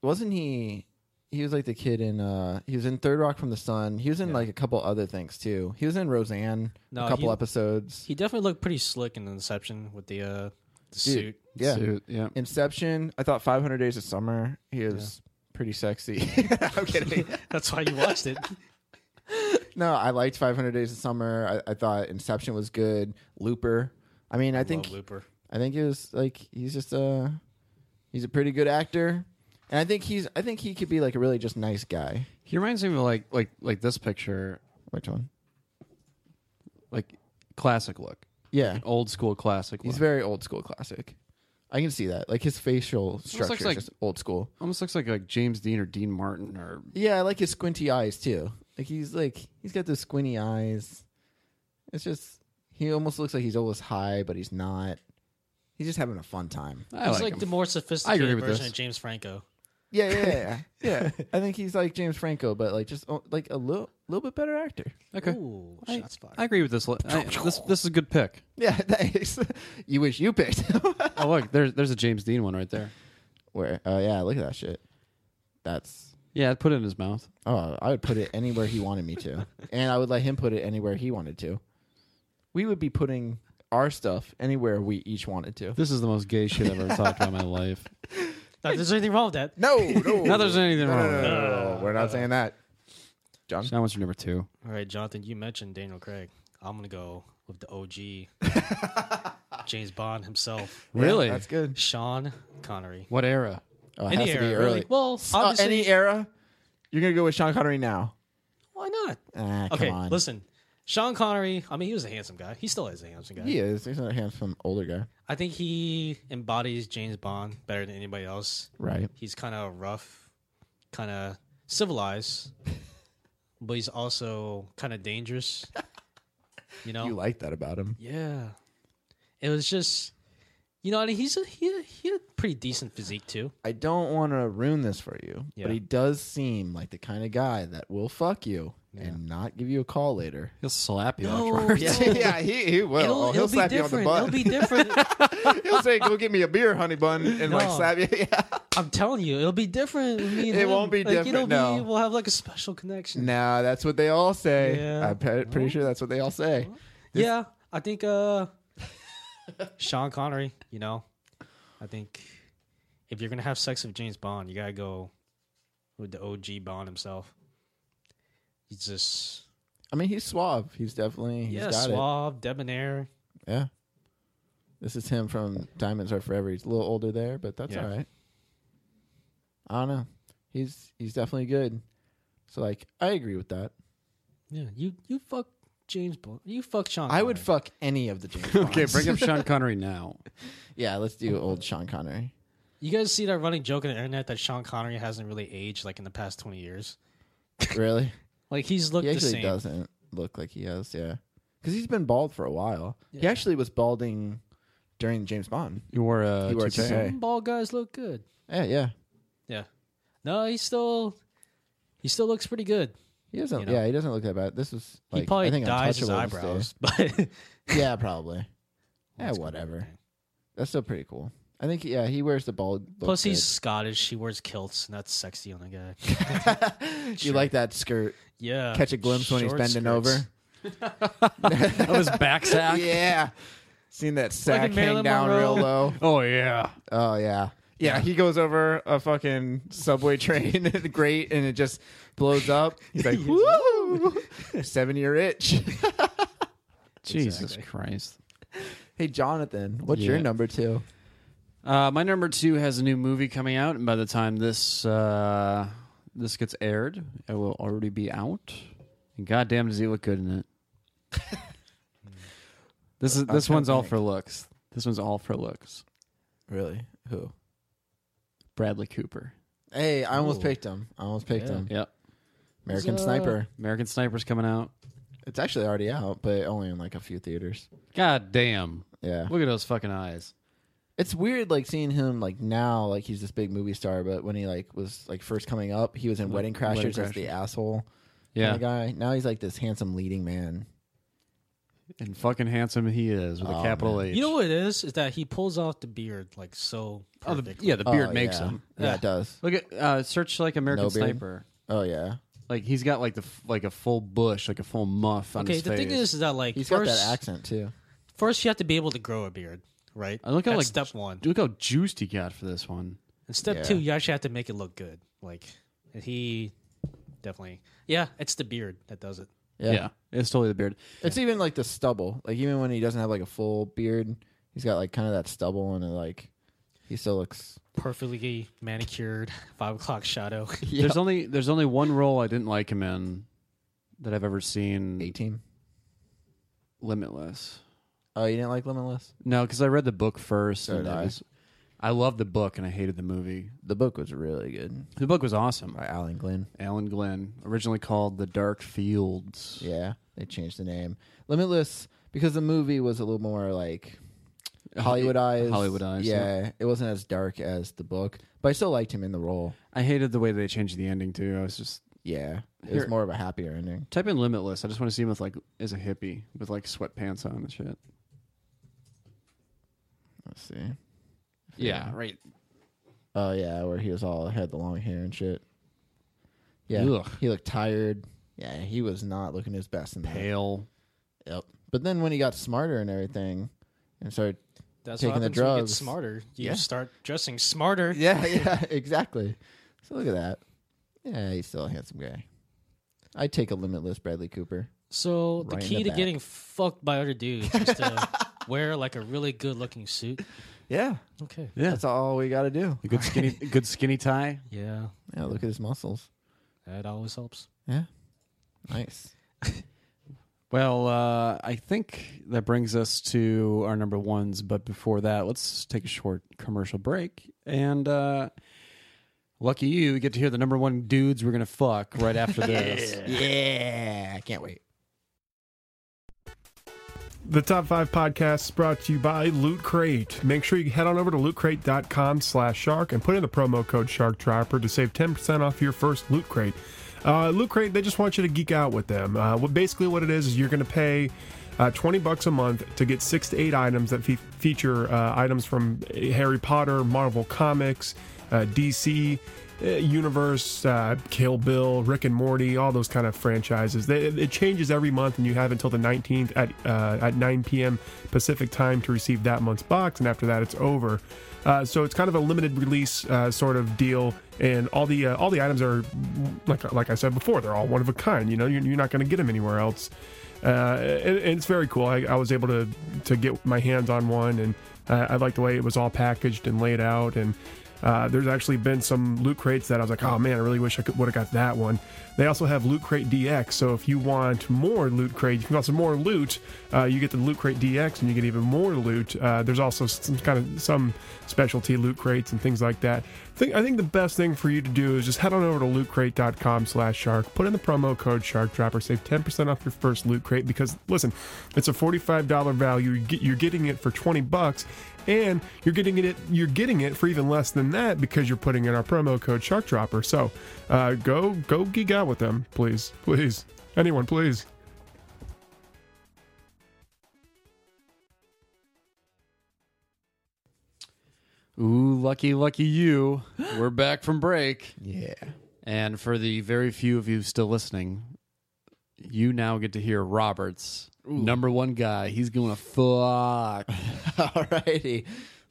[SPEAKER 5] wasn't he? He was like the kid in. uh He was in Third Rock from the Sun. He was in like a couple other things too. He was in Roseanne,
[SPEAKER 4] No,
[SPEAKER 5] a couple
[SPEAKER 4] he-
[SPEAKER 5] episodes.
[SPEAKER 4] He definitely looked pretty slick in Inception with the uh the suit.
[SPEAKER 5] yeah,
[SPEAKER 3] Suit, yeah.
[SPEAKER 5] Inception. I thought Five Hundred Days of Summer. He was pretty sexy. I'm kidding.
[SPEAKER 4] That's why you watched it.
[SPEAKER 5] No, I liked Five Hundred Days of Summer. I, I thought Inception was good. Looper. I mean, I think
[SPEAKER 4] Love Looper.
[SPEAKER 5] I think it was like he's just a he's a pretty good actor, and I think he's I think he could be like a really just nice guy.
[SPEAKER 3] He reminds me of like like like this picture,
[SPEAKER 5] Which one?
[SPEAKER 3] like classic look,
[SPEAKER 5] Yeah,
[SPEAKER 3] old school classic.
[SPEAKER 5] he's
[SPEAKER 3] look.
[SPEAKER 5] very old school classic. I can see that. Like his facial structure is
[SPEAKER 3] like-
[SPEAKER 5] just old school.
[SPEAKER 3] almost looks like like James Dean or Dean Martin or
[SPEAKER 5] Yeah, I like his squinty eyes too. Like he's like he's got those squinty eyes. It's just he almost looks like he's always high, but he's not. He's just having a fun time.
[SPEAKER 3] I
[SPEAKER 4] He's
[SPEAKER 3] like,
[SPEAKER 4] like
[SPEAKER 3] him.
[SPEAKER 4] the more sophisticated
[SPEAKER 3] with
[SPEAKER 4] version
[SPEAKER 3] this.
[SPEAKER 4] of James Franco.
[SPEAKER 5] Yeah, yeah, yeah. yeah. I think he's like James Franco, but like just oh, like a little little bit better actor.
[SPEAKER 3] okay.
[SPEAKER 4] Ooh,
[SPEAKER 3] I,
[SPEAKER 4] shots fired.
[SPEAKER 3] I agree with this. li- I, this this is a good pick.
[SPEAKER 5] Yeah, thanks. you wish you picked him.
[SPEAKER 3] Oh look, there's there's a James Dean one right there.
[SPEAKER 5] Where? Oh yeah, look at that shit. That's
[SPEAKER 3] Yeah, I'd put it in his mouth.
[SPEAKER 5] oh, I would put it anywhere he wanted me to, and I would let him put it anywhere he wanted to. We would be putting our stuff anywhere we each wanted to.
[SPEAKER 3] This is the most gay shit I've ever talked about in my life.
[SPEAKER 4] Not that there's anything wrong with that.
[SPEAKER 5] No, no,
[SPEAKER 3] Not there's anything
[SPEAKER 5] no,
[SPEAKER 3] wrong
[SPEAKER 5] no,
[SPEAKER 3] with
[SPEAKER 5] no,
[SPEAKER 3] it.
[SPEAKER 5] no, no, We're not saying that. John,
[SPEAKER 3] Sean, what's your number two?
[SPEAKER 4] All right, Jonathan, you mentioned Daniel Craig. I'm gonna go with the OG, James Bond himself,
[SPEAKER 3] Really?
[SPEAKER 5] that's good.
[SPEAKER 4] Sean Connery.
[SPEAKER 3] What era?
[SPEAKER 5] Oh, it
[SPEAKER 4] Any
[SPEAKER 5] has to be
[SPEAKER 4] era,
[SPEAKER 5] early.
[SPEAKER 4] really? Well,
[SPEAKER 5] Uh,
[SPEAKER 4] obviously,
[SPEAKER 5] any era. You're gonna go with Sean Connery now.
[SPEAKER 4] why not?
[SPEAKER 5] Ah,
[SPEAKER 4] Okay,
[SPEAKER 5] come on.
[SPEAKER 4] listen, Sean Connery. I mean, he was a handsome guy. He still is a handsome guy.
[SPEAKER 5] He is. He's not a handsome older guy,
[SPEAKER 4] I think he embodies James Bond better than anybody else.
[SPEAKER 5] right?
[SPEAKER 4] He's kind of rough, kind of civilized, but he's also kind of dangerous. You know,
[SPEAKER 5] You like that about him?
[SPEAKER 4] Yeah. It was just, you know, and he's a, he, he had a pretty decent physique too.
[SPEAKER 5] I don't want to ruin this for you,
[SPEAKER 4] Yeah.
[SPEAKER 5] but he does seem like the kind of guy that will fuck you and not give you a call later.
[SPEAKER 3] He'll slap you.
[SPEAKER 4] No,
[SPEAKER 3] afterwards.
[SPEAKER 4] yeah.
[SPEAKER 5] yeah, he, he will. Oh,
[SPEAKER 4] it'll,
[SPEAKER 5] he'll
[SPEAKER 4] it'll be
[SPEAKER 5] slap you on
[SPEAKER 4] different.
[SPEAKER 5] the
[SPEAKER 4] It'll
[SPEAKER 5] butt.
[SPEAKER 4] be different.
[SPEAKER 5] he'll say, "Go get me a beer, honey bun," and like
[SPEAKER 4] No.
[SPEAKER 5] slap you. Yeah.
[SPEAKER 4] I'm telling you, it'll be different. with me and
[SPEAKER 5] It
[SPEAKER 4] him.
[SPEAKER 5] won't be
[SPEAKER 4] Like, It'll
[SPEAKER 5] different, no.
[SPEAKER 4] be, we'll have like a special connection.
[SPEAKER 5] Nah, that's what they all say.
[SPEAKER 4] Yeah.
[SPEAKER 5] I'm pe- pretty sure that's what they all say.
[SPEAKER 4] Yeah, I think uh, Sean Connery. You know, I think if you're gonna have sex with James Bond, you gotta go with the OG Bond himself. He's just
[SPEAKER 5] I mean, he's suave. He's definitely he's
[SPEAKER 4] yeah,
[SPEAKER 5] got
[SPEAKER 4] suave, debonair.
[SPEAKER 5] it. Yeah. This is him from Diamonds Are Forever. He's a little older there, but that's
[SPEAKER 4] Yeah.
[SPEAKER 5] all right. I don't know. He's he's definitely good. So like, I agree with that.
[SPEAKER 4] Yeah, you you fuck James Bond. You fuck Sean.
[SPEAKER 5] I would
[SPEAKER 4] Connery.
[SPEAKER 5] fuck any of the James Bonds.
[SPEAKER 3] Okay, bring up Sean Connery now.
[SPEAKER 5] Yeah, let's do old Sean Connery.
[SPEAKER 4] You guys see that running joke on the internet that Sean Connery hasn't really aged like in the past twenty years.
[SPEAKER 5] Really?
[SPEAKER 4] Like he's looked
[SPEAKER 5] he
[SPEAKER 4] the
[SPEAKER 5] actually
[SPEAKER 4] same.
[SPEAKER 5] doesn't look like he has. Yeah, because he's been bald for a while. He actually was balding during James Bond.
[SPEAKER 3] You wore a
[SPEAKER 5] He wore a
[SPEAKER 3] toupee.
[SPEAKER 5] toupee.
[SPEAKER 4] Some bald guys look good.
[SPEAKER 5] Yeah, yeah.
[SPEAKER 4] Yeah. No, he still he still looks pretty good.
[SPEAKER 5] He doesn't.
[SPEAKER 4] You know.
[SPEAKER 5] Yeah, he doesn't look that bad. This was.
[SPEAKER 4] He
[SPEAKER 5] Like, I
[SPEAKER 4] probably
[SPEAKER 5] think
[SPEAKER 4] dyes his
[SPEAKER 5] Untouchables did.
[SPEAKER 4] eyebrows, but
[SPEAKER 5] Yeah, probably. yeah,
[SPEAKER 4] That's cool.
[SPEAKER 5] whatever. That's still pretty cool. I think. Yeah, he wears the bald. look
[SPEAKER 4] plus he's
[SPEAKER 5] good.
[SPEAKER 4] Scottish. He wears kilts, and that's sexy on a guy.
[SPEAKER 5] You like that skirt?
[SPEAKER 4] Yeah.
[SPEAKER 5] Catch a glimpse when he's
[SPEAKER 4] Uh, short
[SPEAKER 5] bending
[SPEAKER 4] skirts.
[SPEAKER 5] over.
[SPEAKER 3] Of his back sack.
[SPEAKER 5] Yeah. Seen that sack
[SPEAKER 4] in
[SPEAKER 5] hang
[SPEAKER 4] Marilyn
[SPEAKER 5] down real
[SPEAKER 4] Monroe.
[SPEAKER 5] low.
[SPEAKER 3] Oh yeah.
[SPEAKER 5] Oh yeah. Yeah, he goes over a fucking subway train at the grate and it just blows up. He's like, Woo Seven year itch.
[SPEAKER 3] Jesus Christ.
[SPEAKER 5] hey Jonathan, what's your
[SPEAKER 3] Yeah.
[SPEAKER 5] number two?
[SPEAKER 3] Uh, my number two has a new movie coming out, and by the time this uh, this gets aired, it will already be out. And goddamn, does he look good in it? this is this
[SPEAKER 5] trying
[SPEAKER 3] one's
[SPEAKER 5] to
[SPEAKER 3] all
[SPEAKER 5] think.
[SPEAKER 3] for looks. This one's all for looks.
[SPEAKER 5] Really? Who?
[SPEAKER 3] Bradley Cooper.
[SPEAKER 5] Hey, I almost
[SPEAKER 4] Ooh.
[SPEAKER 5] picked him. I almost picked
[SPEAKER 4] Yeah.
[SPEAKER 5] him.
[SPEAKER 3] Yep.
[SPEAKER 5] American
[SPEAKER 4] Huzzah.
[SPEAKER 5] Sniper.
[SPEAKER 3] American Sniper's coming out.
[SPEAKER 5] It's actually already out, but only in like a few theaters.
[SPEAKER 3] God damn.
[SPEAKER 5] Yeah.
[SPEAKER 3] Look at those fucking eyes.
[SPEAKER 5] It's weird like seeing him like now, like he's this big movie star, but when he like was like first coming up, he was in Wedding Crashers
[SPEAKER 3] Wedding
[SPEAKER 5] as the
[SPEAKER 3] Crashers.
[SPEAKER 5] asshole
[SPEAKER 3] Yeah.
[SPEAKER 5] kind of guy. Now he's like this handsome leading man.
[SPEAKER 3] And fucking handsome he is with
[SPEAKER 5] Oh,
[SPEAKER 3] a capital H.
[SPEAKER 4] You know what it is? Is that he pulls off the beard like so
[SPEAKER 3] Oh,
[SPEAKER 4] perfectly.
[SPEAKER 3] the, yeah, the beard
[SPEAKER 5] Oh,
[SPEAKER 3] makes
[SPEAKER 5] yeah.
[SPEAKER 3] him.
[SPEAKER 5] Yeah, it does.
[SPEAKER 3] Look at uh, search like American
[SPEAKER 5] No beard.
[SPEAKER 3] Sniper.
[SPEAKER 5] Oh yeah.
[SPEAKER 3] Like he's got like the f- like a full bush, like a full muff on
[SPEAKER 4] Okay,
[SPEAKER 3] his
[SPEAKER 4] the
[SPEAKER 3] face.
[SPEAKER 4] thing is, is that like
[SPEAKER 5] He's
[SPEAKER 4] first,
[SPEAKER 5] got that accent too.
[SPEAKER 4] first you have to be able to grow a beard, right?
[SPEAKER 3] I look at
[SPEAKER 4] That's
[SPEAKER 3] like
[SPEAKER 4] step one.
[SPEAKER 3] Look how juiced he got for this one.
[SPEAKER 4] And step
[SPEAKER 5] Yeah.
[SPEAKER 4] two, you actually have to make it look good. Like and he definitely, yeah, it's the beard that does it.
[SPEAKER 5] Yeah.
[SPEAKER 3] It's totally the beard.
[SPEAKER 5] It's even like the stubble. Like even when he doesn't have like a full beard, he's got like kind of that stubble and it, like he still looks.
[SPEAKER 4] Perfectly manicured, five o'clock shadow.
[SPEAKER 5] Yeah.
[SPEAKER 3] There's only there's only one role I didn't like him in that I've ever seen.
[SPEAKER 5] eighteen.
[SPEAKER 3] Limitless.
[SPEAKER 5] Oh, you didn't like Limitless?
[SPEAKER 3] No, because I read the book first.
[SPEAKER 5] So
[SPEAKER 3] and
[SPEAKER 5] did
[SPEAKER 3] it
[SPEAKER 5] I.
[SPEAKER 3] was- I loved the book and I hated the movie.
[SPEAKER 5] The book was really good
[SPEAKER 3] The book was awesome.
[SPEAKER 5] by Alan Glenn.
[SPEAKER 3] Alan Glenn, originally called The Dark Fields.
[SPEAKER 5] Yeah, they changed the name. Limitless because the movie was a little more like Hollywoodized.
[SPEAKER 3] Hollywoodized,
[SPEAKER 5] Yeah, it wasn't as dark as the book, but I still liked him in the role.
[SPEAKER 3] I hated the way they changed the ending too. I was just
[SPEAKER 5] Yeah, it
[SPEAKER 3] Here-
[SPEAKER 5] was more of a happier ending.
[SPEAKER 3] type in Limitless. I just want to see him with like as a hippie with like sweatpants on and shit.
[SPEAKER 5] Let's see.
[SPEAKER 3] Yeah, right.
[SPEAKER 5] Oh yeah, where he was all had the long hair and shit. Yeah,
[SPEAKER 3] Ugh.
[SPEAKER 5] he looked tired. Yeah, he was not looking his best in that.
[SPEAKER 3] Pale.
[SPEAKER 5] Yep. But then when he got smarter and everything, and started.
[SPEAKER 4] That's
[SPEAKER 5] Taking
[SPEAKER 4] what
[SPEAKER 5] the
[SPEAKER 4] happens when you get
[SPEAKER 5] drugs.
[SPEAKER 4] smarter. You
[SPEAKER 5] Yeah.
[SPEAKER 4] start dressing smarter.
[SPEAKER 5] Yeah, yeah, exactly. So look at that. Yeah, he's still a handsome guy. I'd take a limitless Bradley Cooper.
[SPEAKER 4] So the
[SPEAKER 5] Right in
[SPEAKER 4] key
[SPEAKER 5] the
[SPEAKER 4] to
[SPEAKER 5] back.
[SPEAKER 4] getting fucked by other dudes is to wear like a really good looking suit.
[SPEAKER 5] Yeah,
[SPEAKER 4] Okay.
[SPEAKER 3] Yeah.
[SPEAKER 5] that's all we got to do.
[SPEAKER 3] a good skinny good skinny tie.
[SPEAKER 4] Yeah,
[SPEAKER 5] Yeah, look at his muscles.
[SPEAKER 4] that always helps.
[SPEAKER 5] Yeah, nice.
[SPEAKER 3] Well, uh, I think that brings us to our number ones. But before that, let's take a short commercial break. And uh, lucky you, you get to hear the number one dudes we're going to fuck right after this.
[SPEAKER 5] Yeah, I can't wait.
[SPEAKER 1] The Top 5 Podcast is brought to you by Loot Crate. Make sure you head on over to lootcrate.com slash shark and put in the promo code SharkDropper to save 10% off your first Loot Crate. Uh, Loot Crate, they just want you to geek out with them. Uh, what, basically what it is is you're going to pay uh, 20 bucks a month to get six to eight items that fe- feature uh, items from Harry Potter, Marvel Comics, uh, DC, uh, universe, uh, Kill Bill, Rick and Morty, all those kind of franchises. They, it changes every month, and you have until the 19th at uh, at 9 p.m. Pacific time to receive that month's box, and after that, it's over. Uh, so it's kind of a limited release uh, sort of deal, and all the uh, all the items are like like I said before, they're all one of a kind. You know, you're, you're not going to get them anywhere else. Uh, and, and it's very cool. I, I was able to to get my hands on one, and uh, I like the way it was all packaged and laid out, and uh, there's actually been some loot crates that I was like, oh man, I really wish I could would have got that one. They also have Loot Crate DX, so if you want more loot crate, you can also more loot. Uh, you get the Loot Crate DX, and you get even more loot. Uh, there's also some kind of some specialty loot crates and things like that. I think, I think the best thing for you to do is just head on over to lootcrate.com/shark, put in the promo code SharkDropper, save 10% off your first loot crate. Because listen, it's a $45 value. You get, you're getting it for 20 bucks and you're getting it you're getting it for even less than that because you're putting in our promo code shark dropper so uh, go go geek out with them please please anyone please
[SPEAKER 3] Ooh, lucky, lucky you. We're back from break.
[SPEAKER 5] Yeah,
[SPEAKER 3] And for the very few of you still listening, you now get to hear Roberts, number one guy. He's going to fuck.
[SPEAKER 5] Alrighty.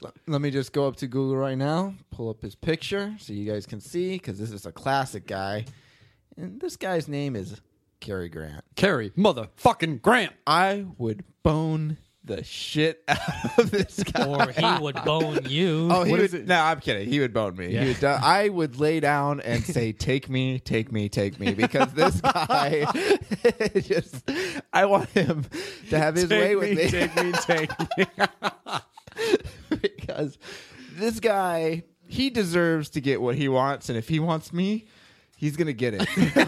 [SPEAKER 5] L- Let me just go up to Google right now, pull up his picture so you guys can see, because this is a classic guy. And this guy's name is Cary Grant.
[SPEAKER 3] Carrie, motherfucking Grant.
[SPEAKER 5] I would bone the shit out of this guy.
[SPEAKER 4] Or he would bone you.
[SPEAKER 5] Oh, he would, no, I'm kidding. He would bone me. He would do- I would lay down and say, "Take me, take me, take me," because this guy, just, I want him to have his way with me.
[SPEAKER 3] Take me, take me.
[SPEAKER 5] because this guy he deserves to get what he wants, and if he wants me, he's gonna get it. Okay?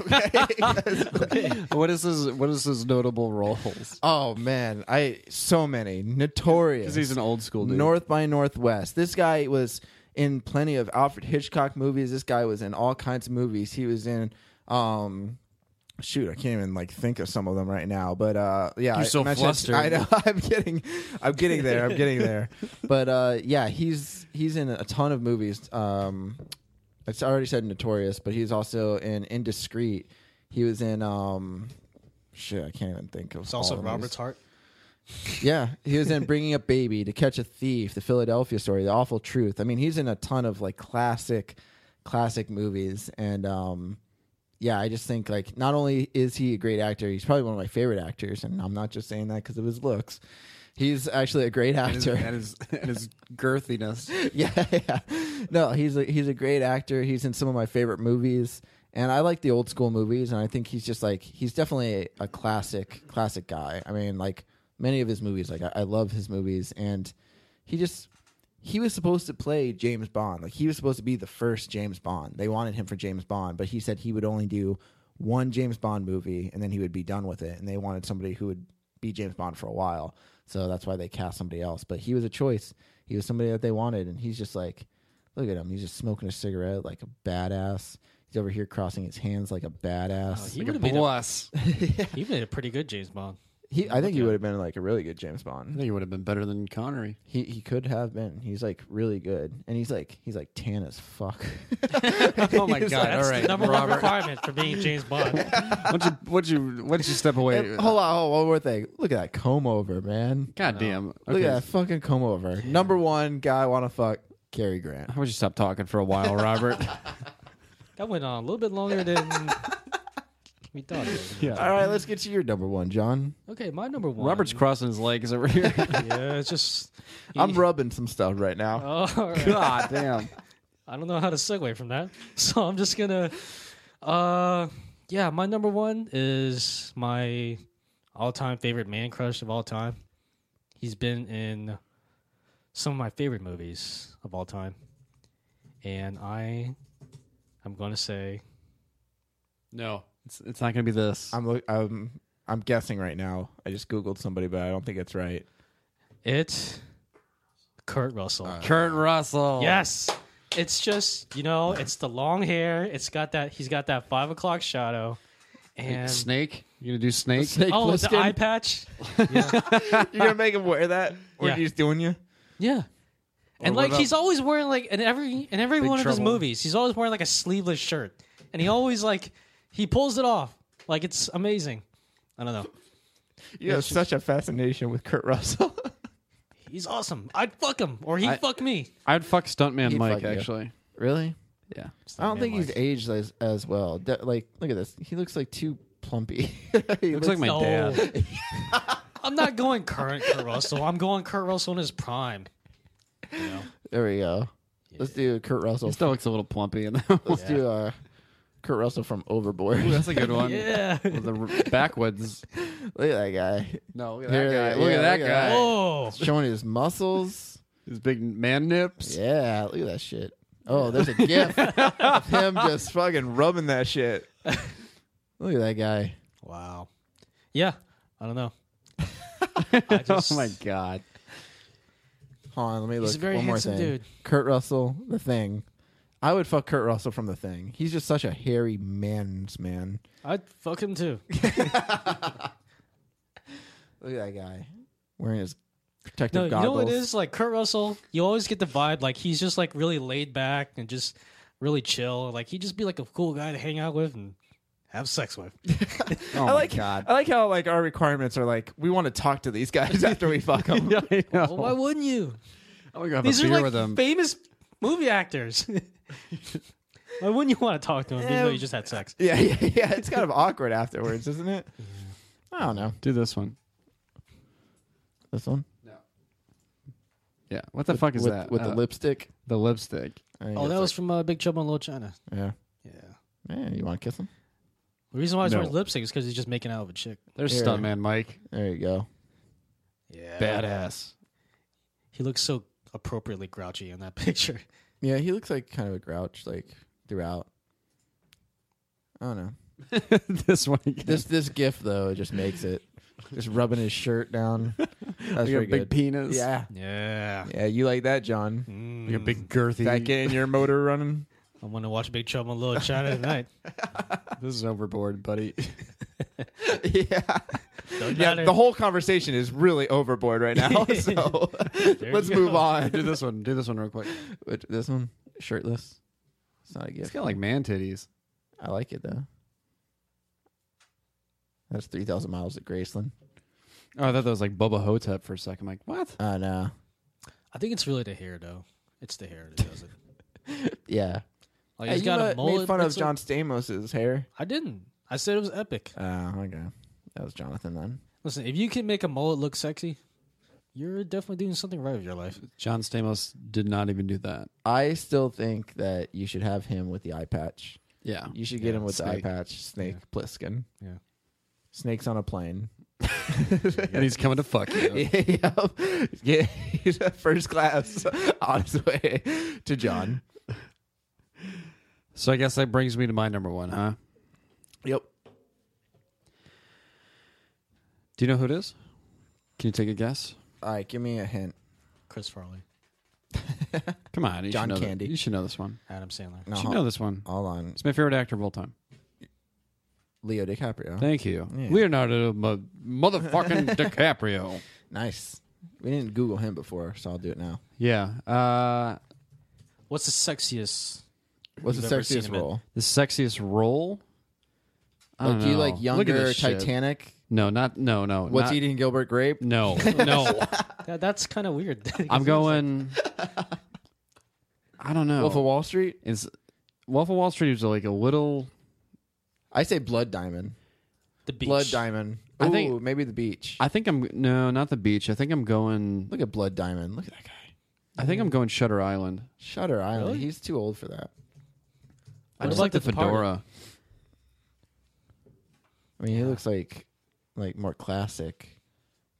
[SPEAKER 5] 'Cause-
[SPEAKER 3] what is his What is his notable roles?
[SPEAKER 5] Oh man, I so many notorious.
[SPEAKER 3] Because he's an old school dude.
[SPEAKER 5] North by Northwest. This guy was in plenty of Alfred Hitchcock movies. This guy was in all kinds of movies. He was in. um Shoot, I can't even like think of some of them right now. But uh yeah,
[SPEAKER 3] You're
[SPEAKER 5] I
[SPEAKER 3] so
[SPEAKER 5] mentioned-
[SPEAKER 3] flustered.
[SPEAKER 5] I know. I'm getting, I'm getting there. I'm getting there. But uh yeah, he's he's in a ton of movies. Um I already said Notorious, but he's also in Indiscreet. He was in um shit. I can't even think of.
[SPEAKER 4] it's also
[SPEAKER 5] all of
[SPEAKER 4] Robert's
[SPEAKER 5] these.
[SPEAKER 4] heart.
[SPEAKER 5] Yeah, he was in Bringing Up Baby, To Catch a Thief, The Philadelphia Story, The Awful Truth. I mean, he's in a ton of like classic, classic movies, and um, yeah, I just think like not only is he a great actor, he's probably one of my favorite actors, and I'm not just saying that because of his looks. He's actually a great
[SPEAKER 6] and his,
[SPEAKER 5] actor.
[SPEAKER 6] and his, and his girthiness.
[SPEAKER 5] yeah, yeah. No, he's a, he's a great actor. He's in some of my favorite movies, and I like the old school movies. And I think he's just like he's definitely a, a classic classic guy. I mean, like many of his movies, like I, I love his movies, and he just he was supposed to play James Bond. Like he was supposed to be the first James Bond. They wanted him for James Bond, but he said he would only do one James Bond movie and then he would be done with it. And they wanted somebody who would be James Bond for a while. So that's why they cast somebody else. But he was a choice. He was somebody that they wanted and he's just like look at him. He's just smoking a cigarette like a badass. He's over here crossing his hands like a
[SPEAKER 4] Oh,
[SPEAKER 5] badass.
[SPEAKER 4] he would have been
[SPEAKER 3] Boss. I
[SPEAKER 4] he been a pretty good James Bond.
[SPEAKER 5] he, I think he would have been like a really good James Bond.
[SPEAKER 3] think it would have been better than Connery.
[SPEAKER 5] He he could have been. He's like really good, and he's like he's like tan as fuck.
[SPEAKER 6] Oh my
[SPEAKER 5] He's
[SPEAKER 6] god!
[SPEAKER 5] like,
[SPEAKER 6] All right,
[SPEAKER 4] Number one
[SPEAKER 6] Robert.
[SPEAKER 4] requirement for being James Bond.
[SPEAKER 3] What'd you, what'd you, what'd you step away?
[SPEAKER 5] And hold on, hold on, one more thing. Look at that comb over, man.
[SPEAKER 3] God damn.
[SPEAKER 5] Look
[SPEAKER 3] Okay.
[SPEAKER 5] at that fucking comb over. Number one guy I want to fuck, Cary Grant.
[SPEAKER 3] How would you stop talking for a while, Robert?
[SPEAKER 4] That went on a little bit longer than we thought. It was.
[SPEAKER 5] All right, let's get to your number one, John.
[SPEAKER 4] Okay, my number one.
[SPEAKER 3] Robert's crossing his legs over here.
[SPEAKER 4] Yeah, it's just.
[SPEAKER 5] I'm rubbing some stuff right now.
[SPEAKER 4] Oh, all right.
[SPEAKER 3] God damn.
[SPEAKER 4] I don't know how to segue from that. So I'm just gonna uh yeah, my number one is my all time favorite man crush of all time. He's been in some of my favorite movies of all time. And I I'm gonna say
[SPEAKER 3] No, it's, it's not going to be this.
[SPEAKER 5] I'm look. I'm I'm guessing right now. I just googled somebody, but I don't think it's right.
[SPEAKER 4] it's Kurt Russell.
[SPEAKER 3] Kurt Russell.
[SPEAKER 4] Yes. It's just, you know, it's the long hair, it's got that he's got that five o'clock shadow. And
[SPEAKER 3] Snake? You going to do Snake?
[SPEAKER 5] Snake
[SPEAKER 4] Oh, the
[SPEAKER 5] Plissken?
[SPEAKER 4] eye patch.
[SPEAKER 5] You're gonna make him wear that, or
[SPEAKER 4] Yeah.
[SPEAKER 5] you just doing you?
[SPEAKER 4] Yeah. And like
[SPEAKER 6] about-
[SPEAKER 4] he's always wearing like in every in every one of his
[SPEAKER 3] Trouble.
[SPEAKER 4] movies, he's always wearing like a sleeveless shirt. And he always like he pulls it off. Like it's amazing. I don't know.
[SPEAKER 5] You have such a fascination with Kurt Russell.
[SPEAKER 4] He's awesome. I'd fuck him or he'd
[SPEAKER 3] I-
[SPEAKER 4] fuck me.
[SPEAKER 3] I'd fuck Stuntman
[SPEAKER 5] He'd
[SPEAKER 3] Mike,
[SPEAKER 5] fuck you.
[SPEAKER 3] actually.
[SPEAKER 5] really?
[SPEAKER 3] Yeah.
[SPEAKER 5] I don't think
[SPEAKER 4] Man,
[SPEAKER 5] he's aged as as well. De- like, look at this. He looks like too plumpy. he
[SPEAKER 3] Looks like my
[SPEAKER 4] No.
[SPEAKER 3] dad.
[SPEAKER 4] I'm not going current Kurt Russell. I'm going Kurt Russell in his prime. You know?
[SPEAKER 5] There we go. Let's do Kurt Russell.
[SPEAKER 3] He still looks a little plumpy in that one.
[SPEAKER 5] Let's do uh, Kurt Russell from Overboard.
[SPEAKER 3] Ooh, that's a good one.
[SPEAKER 4] Yeah.
[SPEAKER 3] With The r- backwoods.
[SPEAKER 5] Look at that guy.
[SPEAKER 3] No, look at
[SPEAKER 5] Here,
[SPEAKER 3] that guy.
[SPEAKER 5] yeah,
[SPEAKER 3] Look at that
[SPEAKER 5] look
[SPEAKER 3] guy.
[SPEAKER 5] at
[SPEAKER 4] Oh.
[SPEAKER 5] Showing his muscles.
[SPEAKER 3] His big man nips.
[SPEAKER 5] Yeah, look at that shit. Oh, there's a gif of him just fucking rubbing that shit. Look at that guy.
[SPEAKER 4] Wow. Yeah. I don't know. I just,
[SPEAKER 3] Oh my god.
[SPEAKER 5] Hold on, let me look.
[SPEAKER 4] He's a very
[SPEAKER 5] One more
[SPEAKER 4] handsome
[SPEAKER 5] thing.
[SPEAKER 4] dude.
[SPEAKER 5] Kurt Russell, The Thing. I would fuck Kurt Russell from The Thing. He's just such a hairy man's man.
[SPEAKER 4] I'd fuck him too.
[SPEAKER 5] Look at that guy wearing his protective
[SPEAKER 4] No, you know
[SPEAKER 5] goggles.
[SPEAKER 4] what it is? Like Kurt Russell, you always get the vibe like he's just like really laid back and just really chill. Like he'd just be like a cool guy to hang out with and have sex with.
[SPEAKER 3] Oh
[SPEAKER 5] I like
[SPEAKER 3] my god.
[SPEAKER 5] I like how like our requirements are like we want to talk to these guys after we fuck them.
[SPEAKER 3] Yeah, I know.
[SPEAKER 4] Well, why wouldn't you?
[SPEAKER 3] I'm gonna go have
[SPEAKER 4] Oh. These
[SPEAKER 3] a
[SPEAKER 4] are
[SPEAKER 3] beer
[SPEAKER 4] like
[SPEAKER 3] with him.
[SPEAKER 4] famous movie actors. why wouldn't you want to talk to him even though you just had sex?
[SPEAKER 5] Yeah, yeah, yeah. It's kind of awkward afterwards, isn't it? I don't know.
[SPEAKER 3] do this one.
[SPEAKER 5] This one
[SPEAKER 3] Yeah. What the fuck is
[SPEAKER 5] with,
[SPEAKER 3] that?
[SPEAKER 5] with the
[SPEAKER 3] Uh,
[SPEAKER 5] lipstick.
[SPEAKER 3] The lipstick.
[SPEAKER 5] I think
[SPEAKER 4] Oh, that
[SPEAKER 5] that's
[SPEAKER 4] was from uh, Big Trouble in Little China.
[SPEAKER 5] like- yeah.
[SPEAKER 4] Yeah.
[SPEAKER 5] Yeah, you want to kiss him?
[SPEAKER 4] The reason why he's
[SPEAKER 3] No.
[SPEAKER 4] wearing lipstick is because he's just making out with a chick.
[SPEAKER 3] There's
[SPEAKER 5] Here.
[SPEAKER 3] Stuntman Mike.
[SPEAKER 5] There you go.
[SPEAKER 4] Yeah.
[SPEAKER 3] Badass.
[SPEAKER 4] He looks so appropriately grouchy in that picture.
[SPEAKER 5] Yeah, he looks like kind of a grouch, like throughout. I don't know.
[SPEAKER 3] this one again.
[SPEAKER 5] This this gif though it just makes it. Just rubbing his shirt down. That's
[SPEAKER 3] Like a
[SPEAKER 5] pretty
[SPEAKER 3] big
[SPEAKER 5] good.
[SPEAKER 3] penis.
[SPEAKER 5] Yeah,
[SPEAKER 4] Yeah.
[SPEAKER 5] yeah. You like that, John?
[SPEAKER 4] Mm.
[SPEAKER 3] Like a big girthy.
[SPEAKER 5] That getting your motor running?
[SPEAKER 4] I'm going to watch Big Trouble in Little China tonight.
[SPEAKER 3] This is overboard, buddy.
[SPEAKER 5] yeah, yeah. The whole conversation is really overboard right now. So let's
[SPEAKER 4] you
[SPEAKER 5] move
[SPEAKER 4] go.
[SPEAKER 5] on.
[SPEAKER 3] do this one. Do this one real quick.
[SPEAKER 5] Which, this one shirtless. It's not a
[SPEAKER 3] It's
[SPEAKER 5] gift.
[SPEAKER 3] got like man titties.
[SPEAKER 5] I like it though. That's three thousand miles at Graceland.
[SPEAKER 3] Oh, I thought that was like Bubba Hotep for a second. like, what?
[SPEAKER 5] I know.
[SPEAKER 4] I think it's really the hair, though. It's the hair that does it.
[SPEAKER 5] Yeah.
[SPEAKER 4] Like,
[SPEAKER 5] Hey,
[SPEAKER 4] he's
[SPEAKER 5] you
[SPEAKER 4] Oh, got a
[SPEAKER 5] mu-
[SPEAKER 4] mullet.
[SPEAKER 5] made fun of
[SPEAKER 4] that's a-
[SPEAKER 5] John Stamos's hair.
[SPEAKER 4] I didn't. I said it was epic.
[SPEAKER 5] Oh, okay. That was Jonathan then.
[SPEAKER 4] Listen, if you can make a mullet look sexy, you're definitely doing something right with your life.
[SPEAKER 3] John Stamos did not even do that.
[SPEAKER 5] I still think that you should have him with the eye patch.
[SPEAKER 3] Yeah.
[SPEAKER 5] You should get him with the eye
[SPEAKER 3] Snake.
[SPEAKER 5] patch. Snake Plissken.
[SPEAKER 4] Yeah.
[SPEAKER 5] Snakes on a plane.
[SPEAKER 3] And he's coming to fuck you.
[SPEAKER 5] yep. Yeah, he's a first class on his way to John.
[SPEAKER 3] So I guess that brings me to my number one, huh?
[SPEAKER 5] Yep.
[SPEAKER 3] Do you know who it is? Can you take a guess?
[SPEAKER 5] All right, give me a hint.
[SPEAKER 4] Chris Farley,
[SPEAKER 3] Come on, you should
[SPEAKER 5] John
[SPEAKER 3] know that-
[SPEAKER 5] Candy.
[SPEAKER 3] you should know this one.
[SPEAKER 4] Adam Sandler.
[SPEAKER 3] You
[SPEAKER 5] No,
[SPEAKER 3] should
[SPEAKER 5] hol-
[SPEAKER 3] know this one.
[SPEAKER 5] hold on.
[SPEAKER 3] It's my favorite actor of all time.
[SPEAKER 5] Leo DiCaprio.
[SPEAKER 3] Thank you,
[SPEAKER 5] Yeah.
[SPEAKER 3] Leonardo mo- motherfucking DiCaprio.
[SPEAKER 5] nice. We didn't Google him before, so I'll do it now.
[SPEAKER 3] Yeah, uh,
[SPEAKER 4] What's the sexiest?
[SPEAKER 5] What's
[SPEAKER 4] You've
[SPEAKER 5] the
[SPEAKER 4] ever seen
[SPEAKER 5] sexiest
[SPEAKER 4] him in-
[SPEAKER 5] role?
[SPEAKER 3] the sexiest role. I
[SPEAKER 5] Like,
[SPEAKER 3] don't
[SPEAKER 5] Oh, do you
[SPEAKER 3] know.
[SPEAKER 5] like
[SPEAKER 3] Look at
[SPEAKER 5] younger
[SPEAKER 3] this shit.
[SPEAKER 5] Titanic?
[SPEAKER 3] No, not no no.
[SPEAKER 5] What's
[SPEAKER 3] not-
[SPEAKER 5] eating Gilbert Grape?
[SPEAKER 3] No, no.
[SPEAKER 4] Yeah, that's kind of weird.
[SPEAKER 3] I'm going. I don't know.
[SPEAKER 5] Wolf of Wall Street?
[SPEAKER 3] is Wolf of Wall Street was like a little.
[SPEAKER 5] I say Blood Diamond.
[SPEAKER 4] the beach.
[SPEAKER 5] Blood Diamond. Ooh,
[SPEAKER 3] I think-
[SPEAKER 5] maybe the beach.
[SPEAKER 3] I think I'm no, not the beach. I think I'm going.
[SPEAKER 5] Look at Blood Diamond. Look at that guy.
[SPEAKER 3] I think I'm going Shutter Island.
[SPEAKER 5] Shutter Island.
[SPEAKER 4] Really?
[SPEAKER 5] He's too old for that.
[SPEAKER 3] I
[SPEAKER 4] What
[SPEAKER 3] just
[SPEAKER 4] about
[SPEAKER 3] like the
[SPEAKER 4] The Departed?
[SPEAKER 3] fedora.
[SPEAKER 5] I mean, he looks like like more classic.